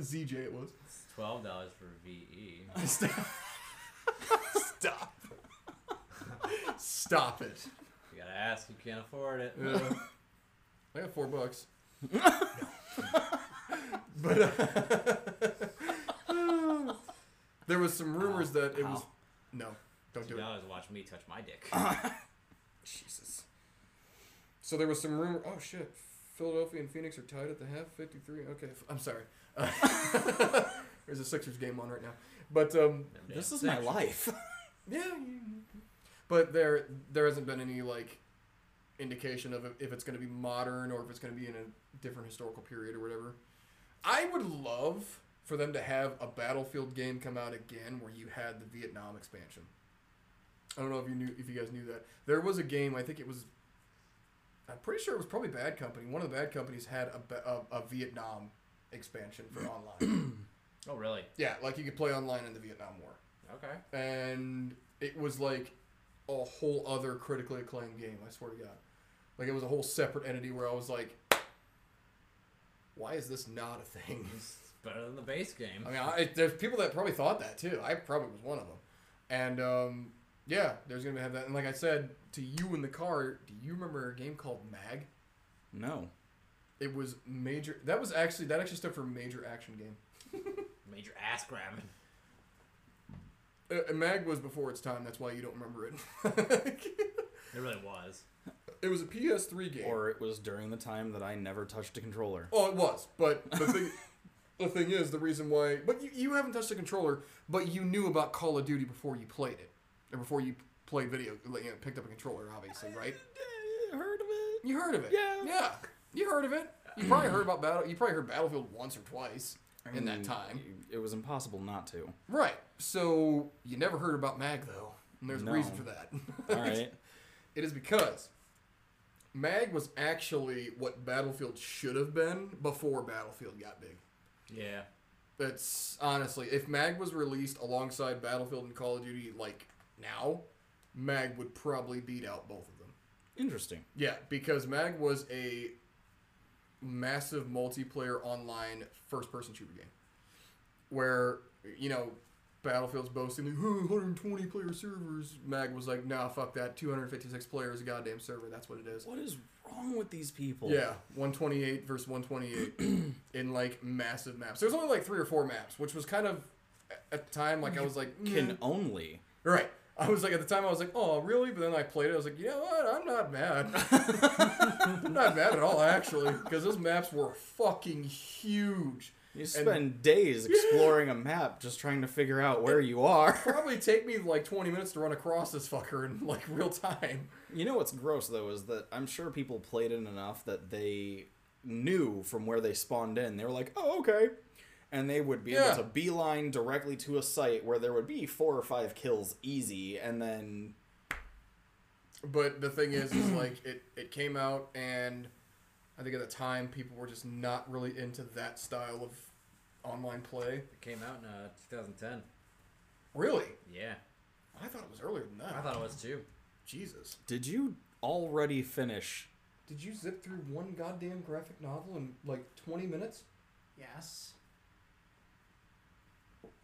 [SPEAKER 1] ZJ it was.
[SPEAKER 2] It's Twelve dollars for a E. VE.
[SPEAKER 1] Stop. Stop it.
[SPEAKER 2] You gotta ask. You can't afford it.
[SPEAKER 1] Yeah. I got four bucks. but uh, *laughs* there was some rumors that it was
[SPEAKER 3] Ow.
[SPEAKER 1] no, don't
[SPEAKER 2] Two
[SPEAKER 1] do it.
[SPEAKER 2] dollars to watch me touch my dick.
[SPEAKER 3] Jesus.
[SPEAKER 1] So there was some rumor. Oh shit, Philadelphia and Phoenix are tied at the half, fifty-three. Okay, f- I'm sorry. *laughs* Uh, there's a Sixers game on right now, but um,
[SPEAKER 2] Them
[SPEAKER 3] This
[SPEAKER 2] damn
[SPEAKER 3] is my
[SPEAKER 2] sex-
[SPEAKER 3] life. *laughs*
[SPEAKER 1] yeah, you- but there there hasn't been any like indication of if it's going to be modern or if it's going to be in a different historical period or whatever. I would love for them to have a Battlefield game come out again where you had the Vietnam expansion. I don't know if you knew if you guys knew that there was a game. I think it was. I'm pretty sure it was probably Bad Company. One of the Bad Companies had a, ba- a, a Vietnam expansion for online.
[SPEAKER 2] Oh really?
[SPEAKER 1] yeah, like you could play online in the Vietnam War
[SPEAKER 2] Okay.
[SPEAKER 1] and it was like a whole other critically acclaimed game. I swear to God, like it was a whole separate entity where I was like, "Why is this not a thing?" *laughs*
[SPEAKER 2] It's better than the base game.
[SPEAKER 1] I mean, I, there's people that probably thought that too. I probably was one of them, and um, yeah, there's gonna have that. And like I said to you in the car, do you remember a game called Mag?
[SPEAKER 3] No.
[SPEAKER 1] It was major. That was actually that actually stood for Major Action Game.
[SPEAKER 2] Major ass grabbing.
[SPEAKER 1] Uh, uh, Mag was before its time. That's why you don't remember it. *laughs*
[SPEAKER 2] It really was.
[SPEAKER 1] it was a PS3 game.
[SPEAKER 3] Or it was during the time that I never touched a controller.
[SPEAKER 1] oh, it was. But the
[SPEAKER 3] *laughs*
[SPEAKER 1] thing, the thing is, the reason why. But you, you haven't touched the controller, but you knew about Call of Duty before you played it, or before you played video, like, you know, picked up a controller,
[SPEAKER 3] *laughs*
[SPEAKER 1] obviously, right?
[SPEAKER 3] Heard of it?
[SPEAKER 1] You heard of it.
[SPEAKER 3] Yeah.
[SPEAKER 1] Yeah. You heard of it. You probably heard about battle. You probably heard Battlefield once or twice in
[SPEAKER 3] Mm.
[SPEAKER 1] that time.
[SPEAKER 3] It was impossible not to.
[SPEAKER 1] Right. So you never heard about Mag though. And there's
[SPEAKER 3] No.
[SPEAKER 1] a reason for that.
[SPEAKER 3] *laughs* All right.
[SPEAKER 1] It is because Mag was actually what Battlefield should have been before Battlefield got big.
[SPEAKER 2] Yeah.
[SPEAKER 1] That's honestly, if Mag was released alongside Battlefield and Call of Duty like now, Mag would probably beat out both of them.
[SPEAKER 3] Interesting.
[SPEAKER 1] Yeah, because Mag was a massive multiplayer online first person shooter game where, you know, Battlefield's boasting, like, "Huh, 120 player servers. Mag was like, nah, fuck that. 256 players a goddamn server. That's what it is.
[SPEAKER 3] What is wrong with these people?
[SPEAKER 1] Yeah, 128 versus 128 in like massive maps. There's only like three or four maps, which was kind of at the time, like, I was like,
[SPEAKER 3] Can
[SPEAKER 1] "Meh."
[SPEAKER 3] only.
[SPEAKER 1] Right. I was like, at the time, I was like, oh, really? But then I played it. I was like, you know what? I'm not mad. I'm not mad at all, actually, because those maps were fucking huge.
[SPEAKER 3] You spend days exploring a map just trying to figure out where you are. *laughs*
[SPEAKER 1] Probably take me like 20 minutes to run across this fucker in like real time.
[SPEAKER 3] You know what's gross though is that I'm sure people played it enough that they knew from where they spawned in. They were like, "Oh, okay." And they would be
[SPEAKER 1] Yeah.
[SPEAKER 3] able to beeline directly to a site where there would be four or five kills easy and then
[SPEAKER 1] But the thing is, is like it it came out, and I think at the time people were just not really into that style of online play.
[SPEAKER 2] It came out in uh, 2010.
[SPEAKER 1] Really,
[SPEAKER 2] Yeah.
[SPEAKER 1] I thought it was earlier than that.
[SPEAKER 2] I thought it was too.
[SPEAKER 1] Jesus.
[SPEAKER 3] Did you already finish?
[SPEAKER 1] Did you zip through one goddamn graphic novel in like 20 minutes?
[SPEAKER 4] Yes.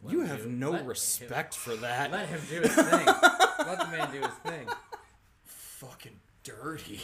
[SPEAKER 2] Let
[SPEAKER 3] you
[SPEAKER 2] him
[SPEAKER 3] have
[SPEAKER 2] do-
[SPEAKER 3] no
[SPEAKER 2] let him-
[SPEAKER 3] respect for that.
[SPEAKER 2] let him do his thing. let the man do his thing.
[SPEAKER 1] Fucking dirty.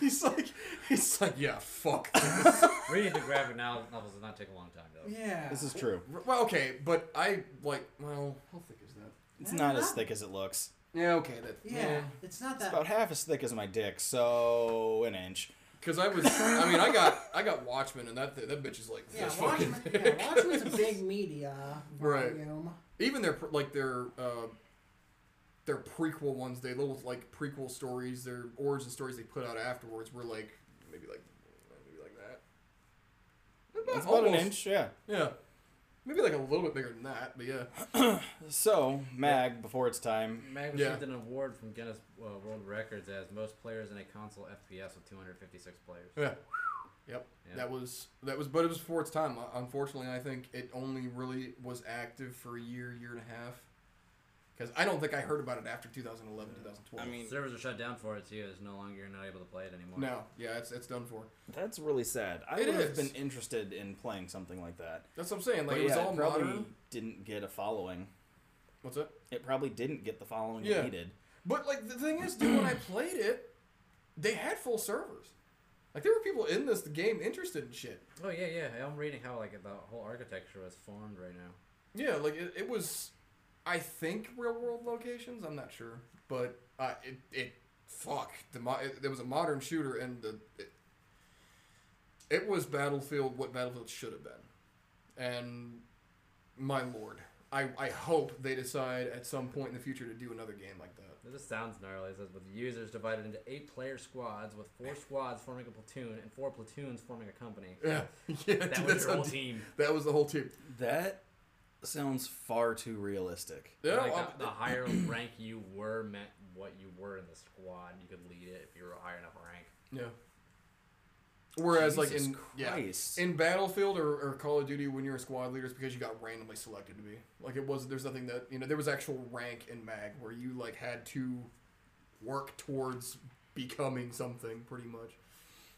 [SPEAKER 1] he's like, he's like, yeah, fuck. this."
[SPEAKER 2] Reading the graphic novel- novels does not take a long time, though.
[SPEAKER 4] Yeah.
[SPEAKER 3] This is true.
[SPEAKER 1] well, okay, but I like, well, how thick is that?
[SPEAKER 3] It's not as thick as it looks.
[SPEAKER 1] Yeah, okay, that.
[SPEAKER 4] Yeah. It's not
[SPEAKER 3] It's
[SPEAKER 4] that.
[SPEAKER 3] about half as thick as my dick, so an inch.
[SPEAKER 1] Because I was, I mean, I got, I got Watchmen, and that th- that bitch is like
[SPEAKER 4] yeah,
[SPEAKER 1] this fucking.
[SPEAKER 4] Watchmen, yeah, Watchmen's a big media
[SPEAKER 1] Right.
[SPEAKER 4] volume.
[SPEAKER 1] *laughs* Even their pr- like their. Uh, their prequel ones, they little like prequel stories, their origin stories they put out afterwards were like maybe like maybe like that.
[SPEAKER 3] It's about an
[SPEAKER 1] Almost.
[SPEAKER 3] inch, yeah.
[SPEAKER 1] Yeah. Maybe like a little bit bigger than that, but yeah.
[SPEAKER 3] So, Mag, before it's time.
[SPEAKER 2] Mag
[SPEAKER 1] Yeah.
[SPEAKER 2] received an award from Guinness uh, World Records as most players in a console FPS with 256 players.
[SPEAKER 1] *sighs* Yeah. Yep.
[SPEAKER 2] Yeah.
[SPEAKER 1] That was that was but it was before its time. Uh, Unfortunately, I think it only really was active for a year, year and a half. Cuz I don't think I heard about it after 2011, 2012.
[SPEAKER 3] I mean,
[SPEAKER 2] Servers are shut down for it too. It's no longer you're not able to play it anymore.
[SPEAKER 1] no. Yeah, it's it's done for.
[SPEAKER 3] that's really sad. I
[SPEAKER 1] It
[SPEAKER 3] would have
[SPEAKER 1] is.
[SPEAKER 3] been interested in playing something like that.
[SPEAKER 1] That's what I'm saying. Like
[SPEAKER 3] but
[SPEAKER 1] it was
[SPEAKER 3] yeah,
[SPEAKER 1] all
[SPEAKER 3] it probably
[SPEAKER 1] modern.
[SPEAKER 3] didn't get a following.
[SPEAKER 1] What's it?
[SPEAKER 3] It probably didn't get the following
[SPEAKER 1] Yeah.
[SPEAKER 3] it needed.
[SPEAKER 1] But like the thing is, dude, when I played it, they had full servers. Like there were people in this game interested in shit.
[SPEAKER 2] Oh yeah, yeah. I'm reading how like the whole architecture was formed right now.
[SPEAKER 1] Yeah, like it, it was, I think real world locations. I'm not sure, but uh, it it fuck the mo- it, there was a modern shooter and the it, it was Battlefield what Battlefield should have been, and my lord, I I hope they decide at some point in the future to do another game like that. *laughs*
[SPEAKER 2] This sounds gnarly. It says with users divided into eight player squads, with four squads forming a platoon and four platoons forming a
[SPEAKER 1] *laughs*
[SPEAKER 2] company.
[SPEAKER 1] Yeah, yeah,
[SPEAKER 2] That
[SPEAKER 1] dude,
[SPEAKER 2] was
[SPEAKER 1] that's
[SPEAKER 2] your
[SPEAKER 1] how
[SPEAKER 2] whole
[SPEAKER 1] deep-
[SPEAKER 2] team.
[SPEAKER 1] That was the whole team.
[SPEAKER 3] That sounds far too realistic.
[SPEAKER 1] *laughs* Yeah,
[SPEAKER 2] like
[SPEAKER 1] well, *laughs*
[SPEAKER 2] the, the higher rank you were meant what you were in the squad. You could lead it if you were a high enough rank.
[SPEAKER 1] *clears throat* yeah. Whereas, like
[SPEAKER 3] Jesus
[SPEAKER 1] in yeah,
[SPEAKER 3] Christ.
[SPEAKER 1] In Battlefield or, or Call of Duty, when you're a squad leader, it's because you got randomly selected to be. Like it was, there's nothing that you know. There was actual rank in Mag where you like had to work towards becoming something, pretty much.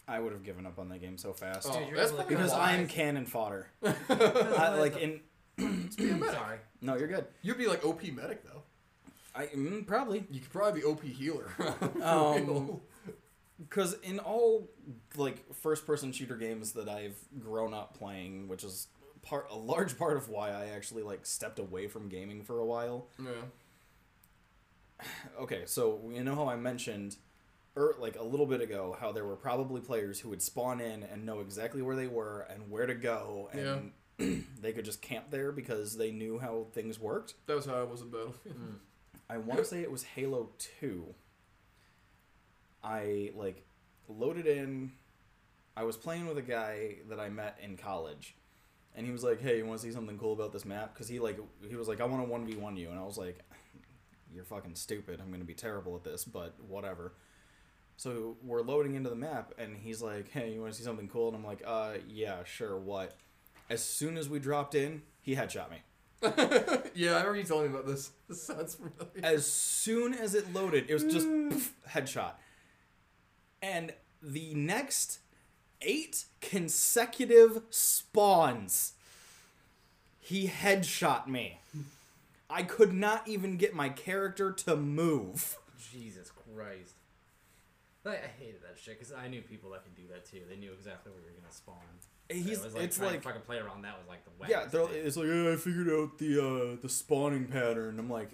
[SPEAKER 3] I would have given up on that game so fast.
[SPEAKER 1] Oh,
[SPEAKER 2] you're
[SPEAKER 1] that's
[SPEAKER 2] gonna look
[SPEAKER 1] fucking
[SPEAKER 3] because
[SPEAKER 1] wise.
[SPEAKER 3] I'm cannon fodder. I, like in
[SPEAKER 2] I'm sorry.
[SPEAKER 3] no, you're good.
[SPEAKER 1] *laughs* You'd be like OP medic though.
[SPEAKER 3] I mm, probably
[SPEAKER 1] *laughs* You could probably be OP healer. For
[SPEAKER 3] Um,
[SPEAKER 1] real.
[SPEAKER 3] because in all like first person shooter games that I've grown up playing, which is part a large part of why I actually like stepped away from gaming for a while.
[SPEAKER 1] Yeah.
[SPEAKER 3] Okay, so you know how I mentioned or like a little bit ago how there were probably players who would spawn in and know exactly where they were and where to go and *clears throat* they could just camp there because they knew how things worked.
[SPEAKER 1] That was how I was in Battlefield. *laughs*
[SPEAKER 3] I want to say it was Halo 2. I like loaded in. I was playing with a guy that I met in college, and he was like, "Hey, you want to see something cool about this map?" Because he like he was like, "I want to one v one you," and I was like, "You're fucking stupid. I'm gonna be terrible at this, but whatever." So we're loading into the map, and he's like, "Hey, you want to see something cool?" And I'm like, "Uh, yeah, sure. What?" As soon as we dropped in, he headshot me.
[SPEAKER 1] yeah, I remember you telling me about this. *laughs* This sounds familiar.
[SPEAKER 3] as soon as it loaded, it was just poof, headshot. And the next eight consecutive spawns, he headshot me. I could not even get my character to move.
[SPEAKER 2] Jesus Christ. Like, I hated that shit because I knew people that could do that too. They knew exactly where you were gonna spawn.
[SPEAKER 3] And
[SPEAKER 2] So
[SPEAKER 3] He's,
[SPEAKER 2] it was like
[SPEAKER 3] it's
[SPEAKER 2] trying
[SPEAKER 3] like,
[SPEAKER 2] to fucking play around that was like the
[SPEAKER 3] yeah,
[SPEAKER 2] wackest
[SPEAKER 3] they're,
[SPEAKER 2] thing.
[SPEAKER 3] it's like, yeah, I figured out the uh, the spawning pattern. I'm like,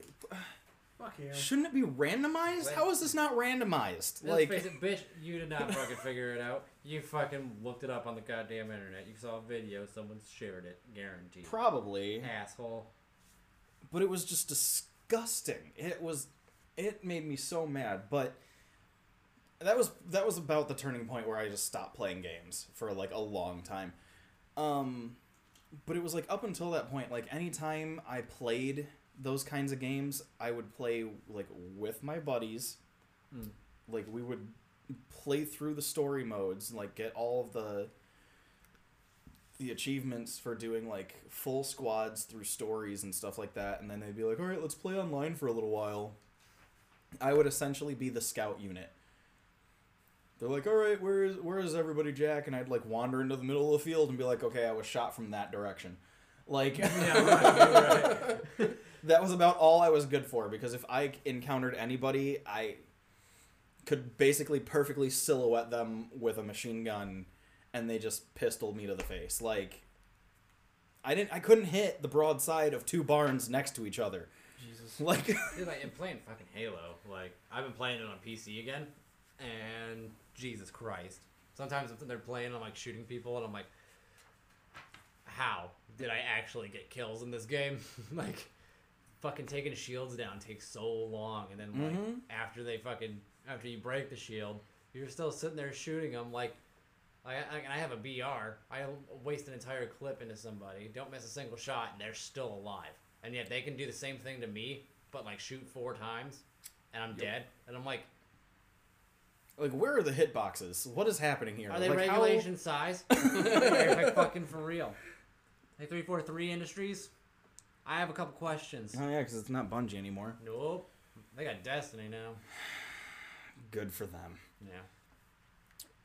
[SPEAKER 4] Fuck you.
[SPEAKER 3] shouldn't it be randomized? How is this not randomized?
[SPEAKER 2] Let's
[SPEAKER 3] Like,
[SPEAKER 2] face it, bitch, you did
[SPEAKER 3] *laughs*
[SPEAKER 2] not fucking figure it out. You fucking looked it up on the goddamn internet. You saw a video, someone shared it, guaranteed.
[SPEAKER 3] probably.
[SPEAKER 2] *laughs* Asshole.
[SPEAKER 3] but it was just disgusting. It was it made me so mad, but that was that was about the turning point where I just stopped playing games for like a long time. Um but it was like up until that point like anytime I played those kinds of games, I would play like with my buddies.
[SPEAKER 2] Hmm.
[SPEAKER 3] Like we would play through the story modes and like get all of the the achievements for doing like full squads through stories and stuff like that and then they'd be like all right let's play online for a little while i would essentially be the scout unit they're like all right where is where is everybody jack and i'd like wander into the middle of the field and be like okay i was shot from that direction like that was about all i was good for because if i encountered anybody i could basically perfectly silhouette them with a machine gun and they just pistoled me to the face. Like I didn't I couldn't hit the broadside of two barns next to each other. *laughs*
[SPEAKER 1] Jesus.
[SPEAKER 3] Like
[SPEAKER 2] Dude, like, I'm playing fucking Halo. Like, I've been playing it on PC again, and Jesus Christ. Sometimes if they're playing, I'm like shooting people, and I'm like, how did I actually get kills in this game? *laughs* like, fucking taking shields down takes so long, and then like after they fucking after you break the shield, you're still sitting there shooting them. Like, I, I and I have a BR. I waste an entire clip into somebody, don't miss a single shot, and they're still alive. And yet they can do the same thing to me, but like shoot four times, and I'm dead. And I'm like,
[SPEAKER 3] like where are the hitboxes? What is happening here?
[SPEAKER 2] are they
[SPEAKER 3] like, how- *laughs*
[SPEAKER 2] regulation size? are like fucking for real? Like three four three industries. I have a couple questions.
[SPEAKER 3] Oh yeah, because it's not Bungie anymore.
[SPEAKER 2] Nope. They got Destiny now.
[SPEAKER 3] Good for them.
[SPEAKER 2] Yeah.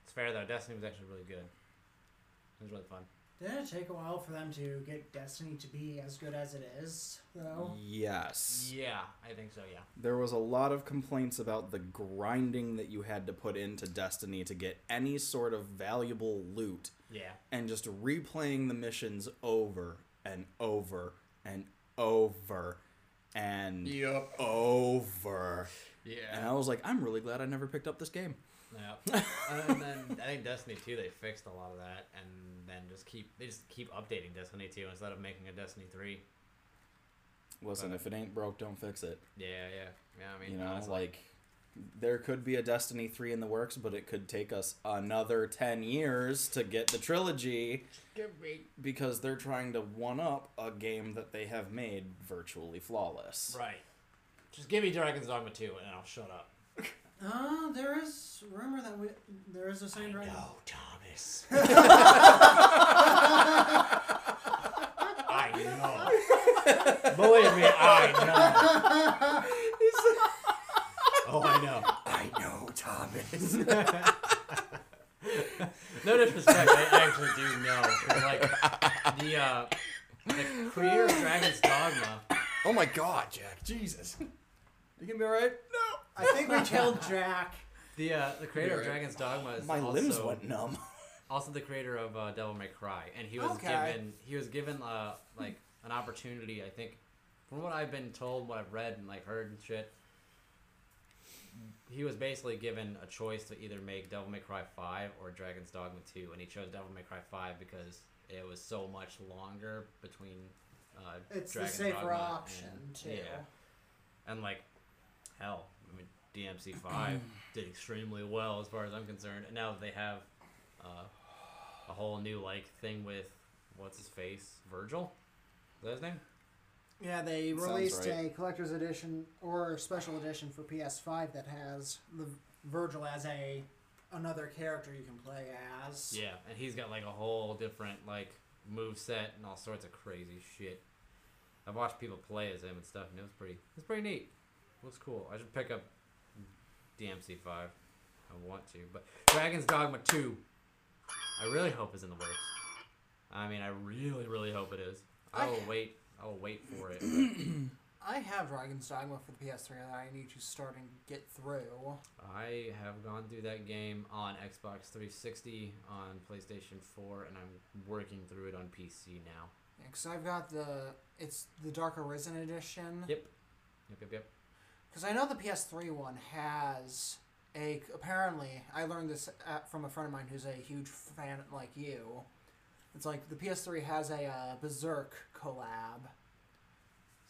[SPEAKER 2] It's fair though. Destiny was actually really good. It was really fun.
[SPEAKER 4] Didn't it take a while for them to get Destiny to be as good as it is,
[SPEAKER 2] Oh.
[SPEAKER 4] though?
[SPEAKER 3] Yes.
[SPEAKER 2] Yeah, I think so. Yeah.
[SPEAKER 3] There was a lot of complaints about the grinding that you had to put into Destiny to get any sort of valuable loot
[SPEAKER 2] Yeah.
[SPEAKER 3] and just replaying the missions over and over and over and
[SPEAKER 1] Yep.
[SPEAKER 3] over. And
[SPEAKER 2] Yeah.
[SPEAKER 3] I was like, I'm really glad I never picked up this game.
[SPEAKER 2] Yeah. and then I think Destiny 2 they fixed a lot of that and then just keep they just keep updating Destiny 2 instead of making a Destiny 3.
[SPEAKER 3] Listen, if it ain't broke, don't fix it.
[SPEAKER 2] Yeah, yeah. Yeah, I mean,
[SPEAKER 3] You know,
[SPEAKER 2] honestly,
[SPEAKER 3] like there could be a Destiny 3 in the works, but it could take us another 10 years to get the trilogy because they're trying to one up a game that they have made virtually flawless.
[SPEAKER 2] right. Just give me Dragon's Dogma 2 and I'll shut up.
[SPEAKER 4] Uh, there is rumor that we, there is a sign right now.
[SPEAKER 2] *laughs* Thomas. I know. Believe me, I know. oh, I know.
[SPEAKER 1] I know,
[SPEAKER 3] *laughs*
[SPEAKER 1] Thomas.
[SPEAKER 2] No disrespect, I actually do know. 'cause, Like the uh, the creator of Dragon's Dogma.
[SPEAKER 1] oh my god, Jack. Jesus. You gonna be alright? No.
[SPEAKER 4] I think we killed Jack.
[SPEAKER 2] The uh, the creator of
[SPEAKER 1] You're right.
[SPEAKER 2] Dragon's Dogma is
[SPEAKER 3] My
[SPEAKER 2] also,
[SPEAKER 3] limbs went
[SPEAKER 1] *laughs*
[SPEAKER 3] numb.
[SPEAKER 2] also the creator of uh, Devil May Cry, and he was
[SPEAKER 3] Okay.
[SPEAKER 2] given he was given uh, like an opportunity. I think from what I've been told, what I've read and like heard and shit, he was basically given a choice to either make Devil May Cry Five or Dragon's Dogma Two, and he chose Devil May Cry Five because it was so much longer between. Uh,
[SPEAKER 4] It's
[SPEAKER 2] Dragon's
[SPEAKER 4] the safer
[SPEAKER 2] Dogma
[SPEAKER 4] option
[SPEAKER 2] and,
[SPEAKER 4] too.
[SPEAKER 2] Yeah, and like hell, I mean DMC Five did extremely well as far as I'm concerned, and now they have uh, a whole new like thing with what's his face, Virgil. Is that his name?
[SPEAKER 4] Yeah, they
[SPEAKER 3] Sounds
[SPEAKER 4] released
[SPEAKER 3] right.
[SPEAKER 4] a collector's edition or special edition for PS5 that has the Virgil as a another character you can play as.
[SPEAKER 2] Yeah, and he's got like a whole different like move set and all sorts of crazy shit. I've watched people play as him and stuff, and it was pretty. It's pretty neat. It looks cool. I should pick up DMC Five. I want to, but Dragon's Dogma Two. I really hope is in the works. I mean, I really, really hope it is. I will wait. I will wait for it. but
[SPEAKER 5] I have Dragon's Dogma for the PS3 that I need to start and get through.
[SPEAKER 2] I have gone through that game on Xbox 360, on PlayStation 4, and I'm working through it on PC now.
[SPEAKER 5] Because I've got the it's the Dark Arisen edition.
[SPEAKER 2] Yep. Yep. Yep. Yep.
[SPEAKER 5] Because I know the PS3 one has a apparently I learned this at, from a friend of mine who's a huge fan like you. It's like the PS3 has a uh, Berserk collab.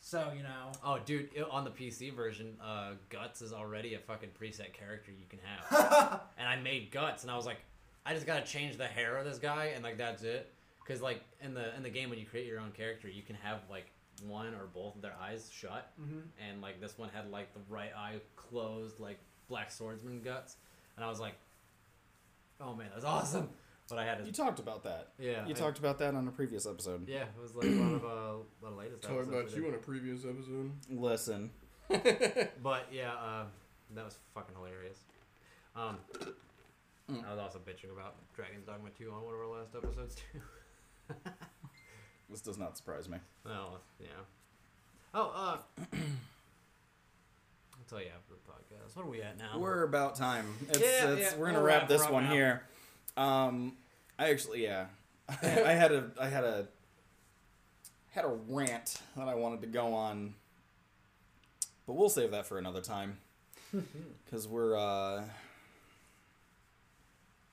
[SPEAKER 4] So you know,
[SPEAKER 2] Oh, dude, i- on the PC version, uh, Guts is already a fucking preset character you can have. and I made Guts, and I was like, I just gotta change the hair of this guy, and like that's it. Because like in the in the game, when you create your own character, you can have like one or both of their eyes shut, and like this one had like the right eye closed, like Black Swordsman Guts, and I was like, oh man, that's awesome. But I had
[SPEAKER 3] You
[SPEAKER 2] to,
[SPEAKER 3] talked about that.
[SPEAKER 2] yeah,
[SPEAKER 3] You
[SPEAKER 2] I-
[SPEAKER 3] talked about that on a previous episode.
[SPEAKER 2] yeah, it was like one of uh, the latest.
[SPEAKER 1] Talking
[SPEAKER 2] episodes
[SPEAKER 1] about
[SPEAKER 2] we
[SPEAKER 1] you
[SPEAKER 2] did.
[SPEAKER 1] on a previous episode.
[SPEAKER 3] Listen,
[SPEAKER 2] But yeah, uh, that was fucking hilarious. Um, I was also bitching about Dragon's Dogma 2 on one of our last episodes too. *laughs*
[SPEAKER 3] this does not surprise me.
[SPEAKER 2] oh, yeah. Oh, uh, *clears throat* I'll tell you after the podcast. What are we at now?
[SPEAKER 3] We're about time. It's,
[SPEAKER 2] Yeah,
[SPEAKER 3] it's,
[SPEAKER 2] yeah,
[SPEAKER 3] We're gonna
[SPEAKER 2] we'll
[SPEAKER 3] wrap
[SPEAKER 2] wrap-
[SPEAKER 3] this
[SPEAKER 2] wrap
[SPEAKER 3] one
[SPEAKER 2] now.
[SPEAKER 3] here. Um, I actually, yeah, *laughs* I had a, I had a, had a rant that I wanted to go on, but we'll save that for another time, because we're uh,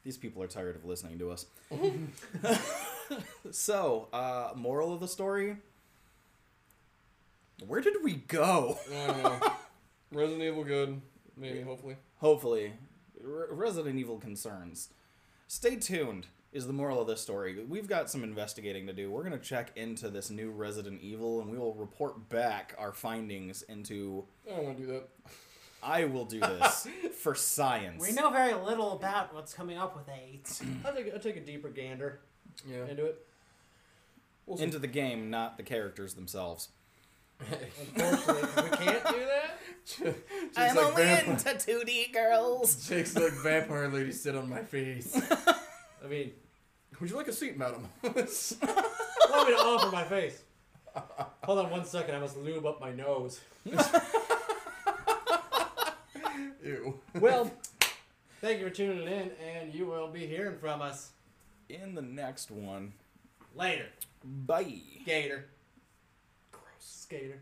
[SPEAKER 3] these people are tired of listening to us. so, uh, moral of the story. Where did we go?
[SPEAKER 1] I don't know. Resident Evil good, maybe, hopefully.
[SPEAKER 3] hopefully Re- resident evil concerns stay tuned is the moral of this story we've got some investigating to do we're going to check into this new resident evil and we will report back our findings into
[SPEAKER 1] I don't want to do that.
[SPEAKER 3] i will do
[SPEAKER 4] *laughs*
[SPEAKER 3] this for science
[SPEAKER 4] we know very little about what's coming up with eight.
[SPEAKER 2] I'll take, I'll take a deeper gander
[SPEAKER 1] Yeah.
[SPEAKER 2] into it.
[SPEAKER 1] We'll see.
[SPEAKER 3] into the game not the characters themselves
[SPEAKER 2] Unfortunately, 'cause we can't do that.
[SPEAKER 1] Jake's like, vampire,
[SPEAKER 3] into 2d girls
[SPEAKER 1] Jake's like, vampire lady sit on my face.
[SPEAKER 2] I mean,
[SPEAKER 1] Would you like a seat, madam? *laughs*
[SPEAKER 2] want me to offer my face? Hold on one second. I must lube up my nose.
[SPEAKER 1] Ew.
[SPEAKER 2] Well, thank you for tuning in, and you will be hearing from us
[SPEAKER 3] in the next one
[SPEAKER 2] later.
[SPEAKER 3] bye
[SPEAKER 2] Gator. Gross. Skater.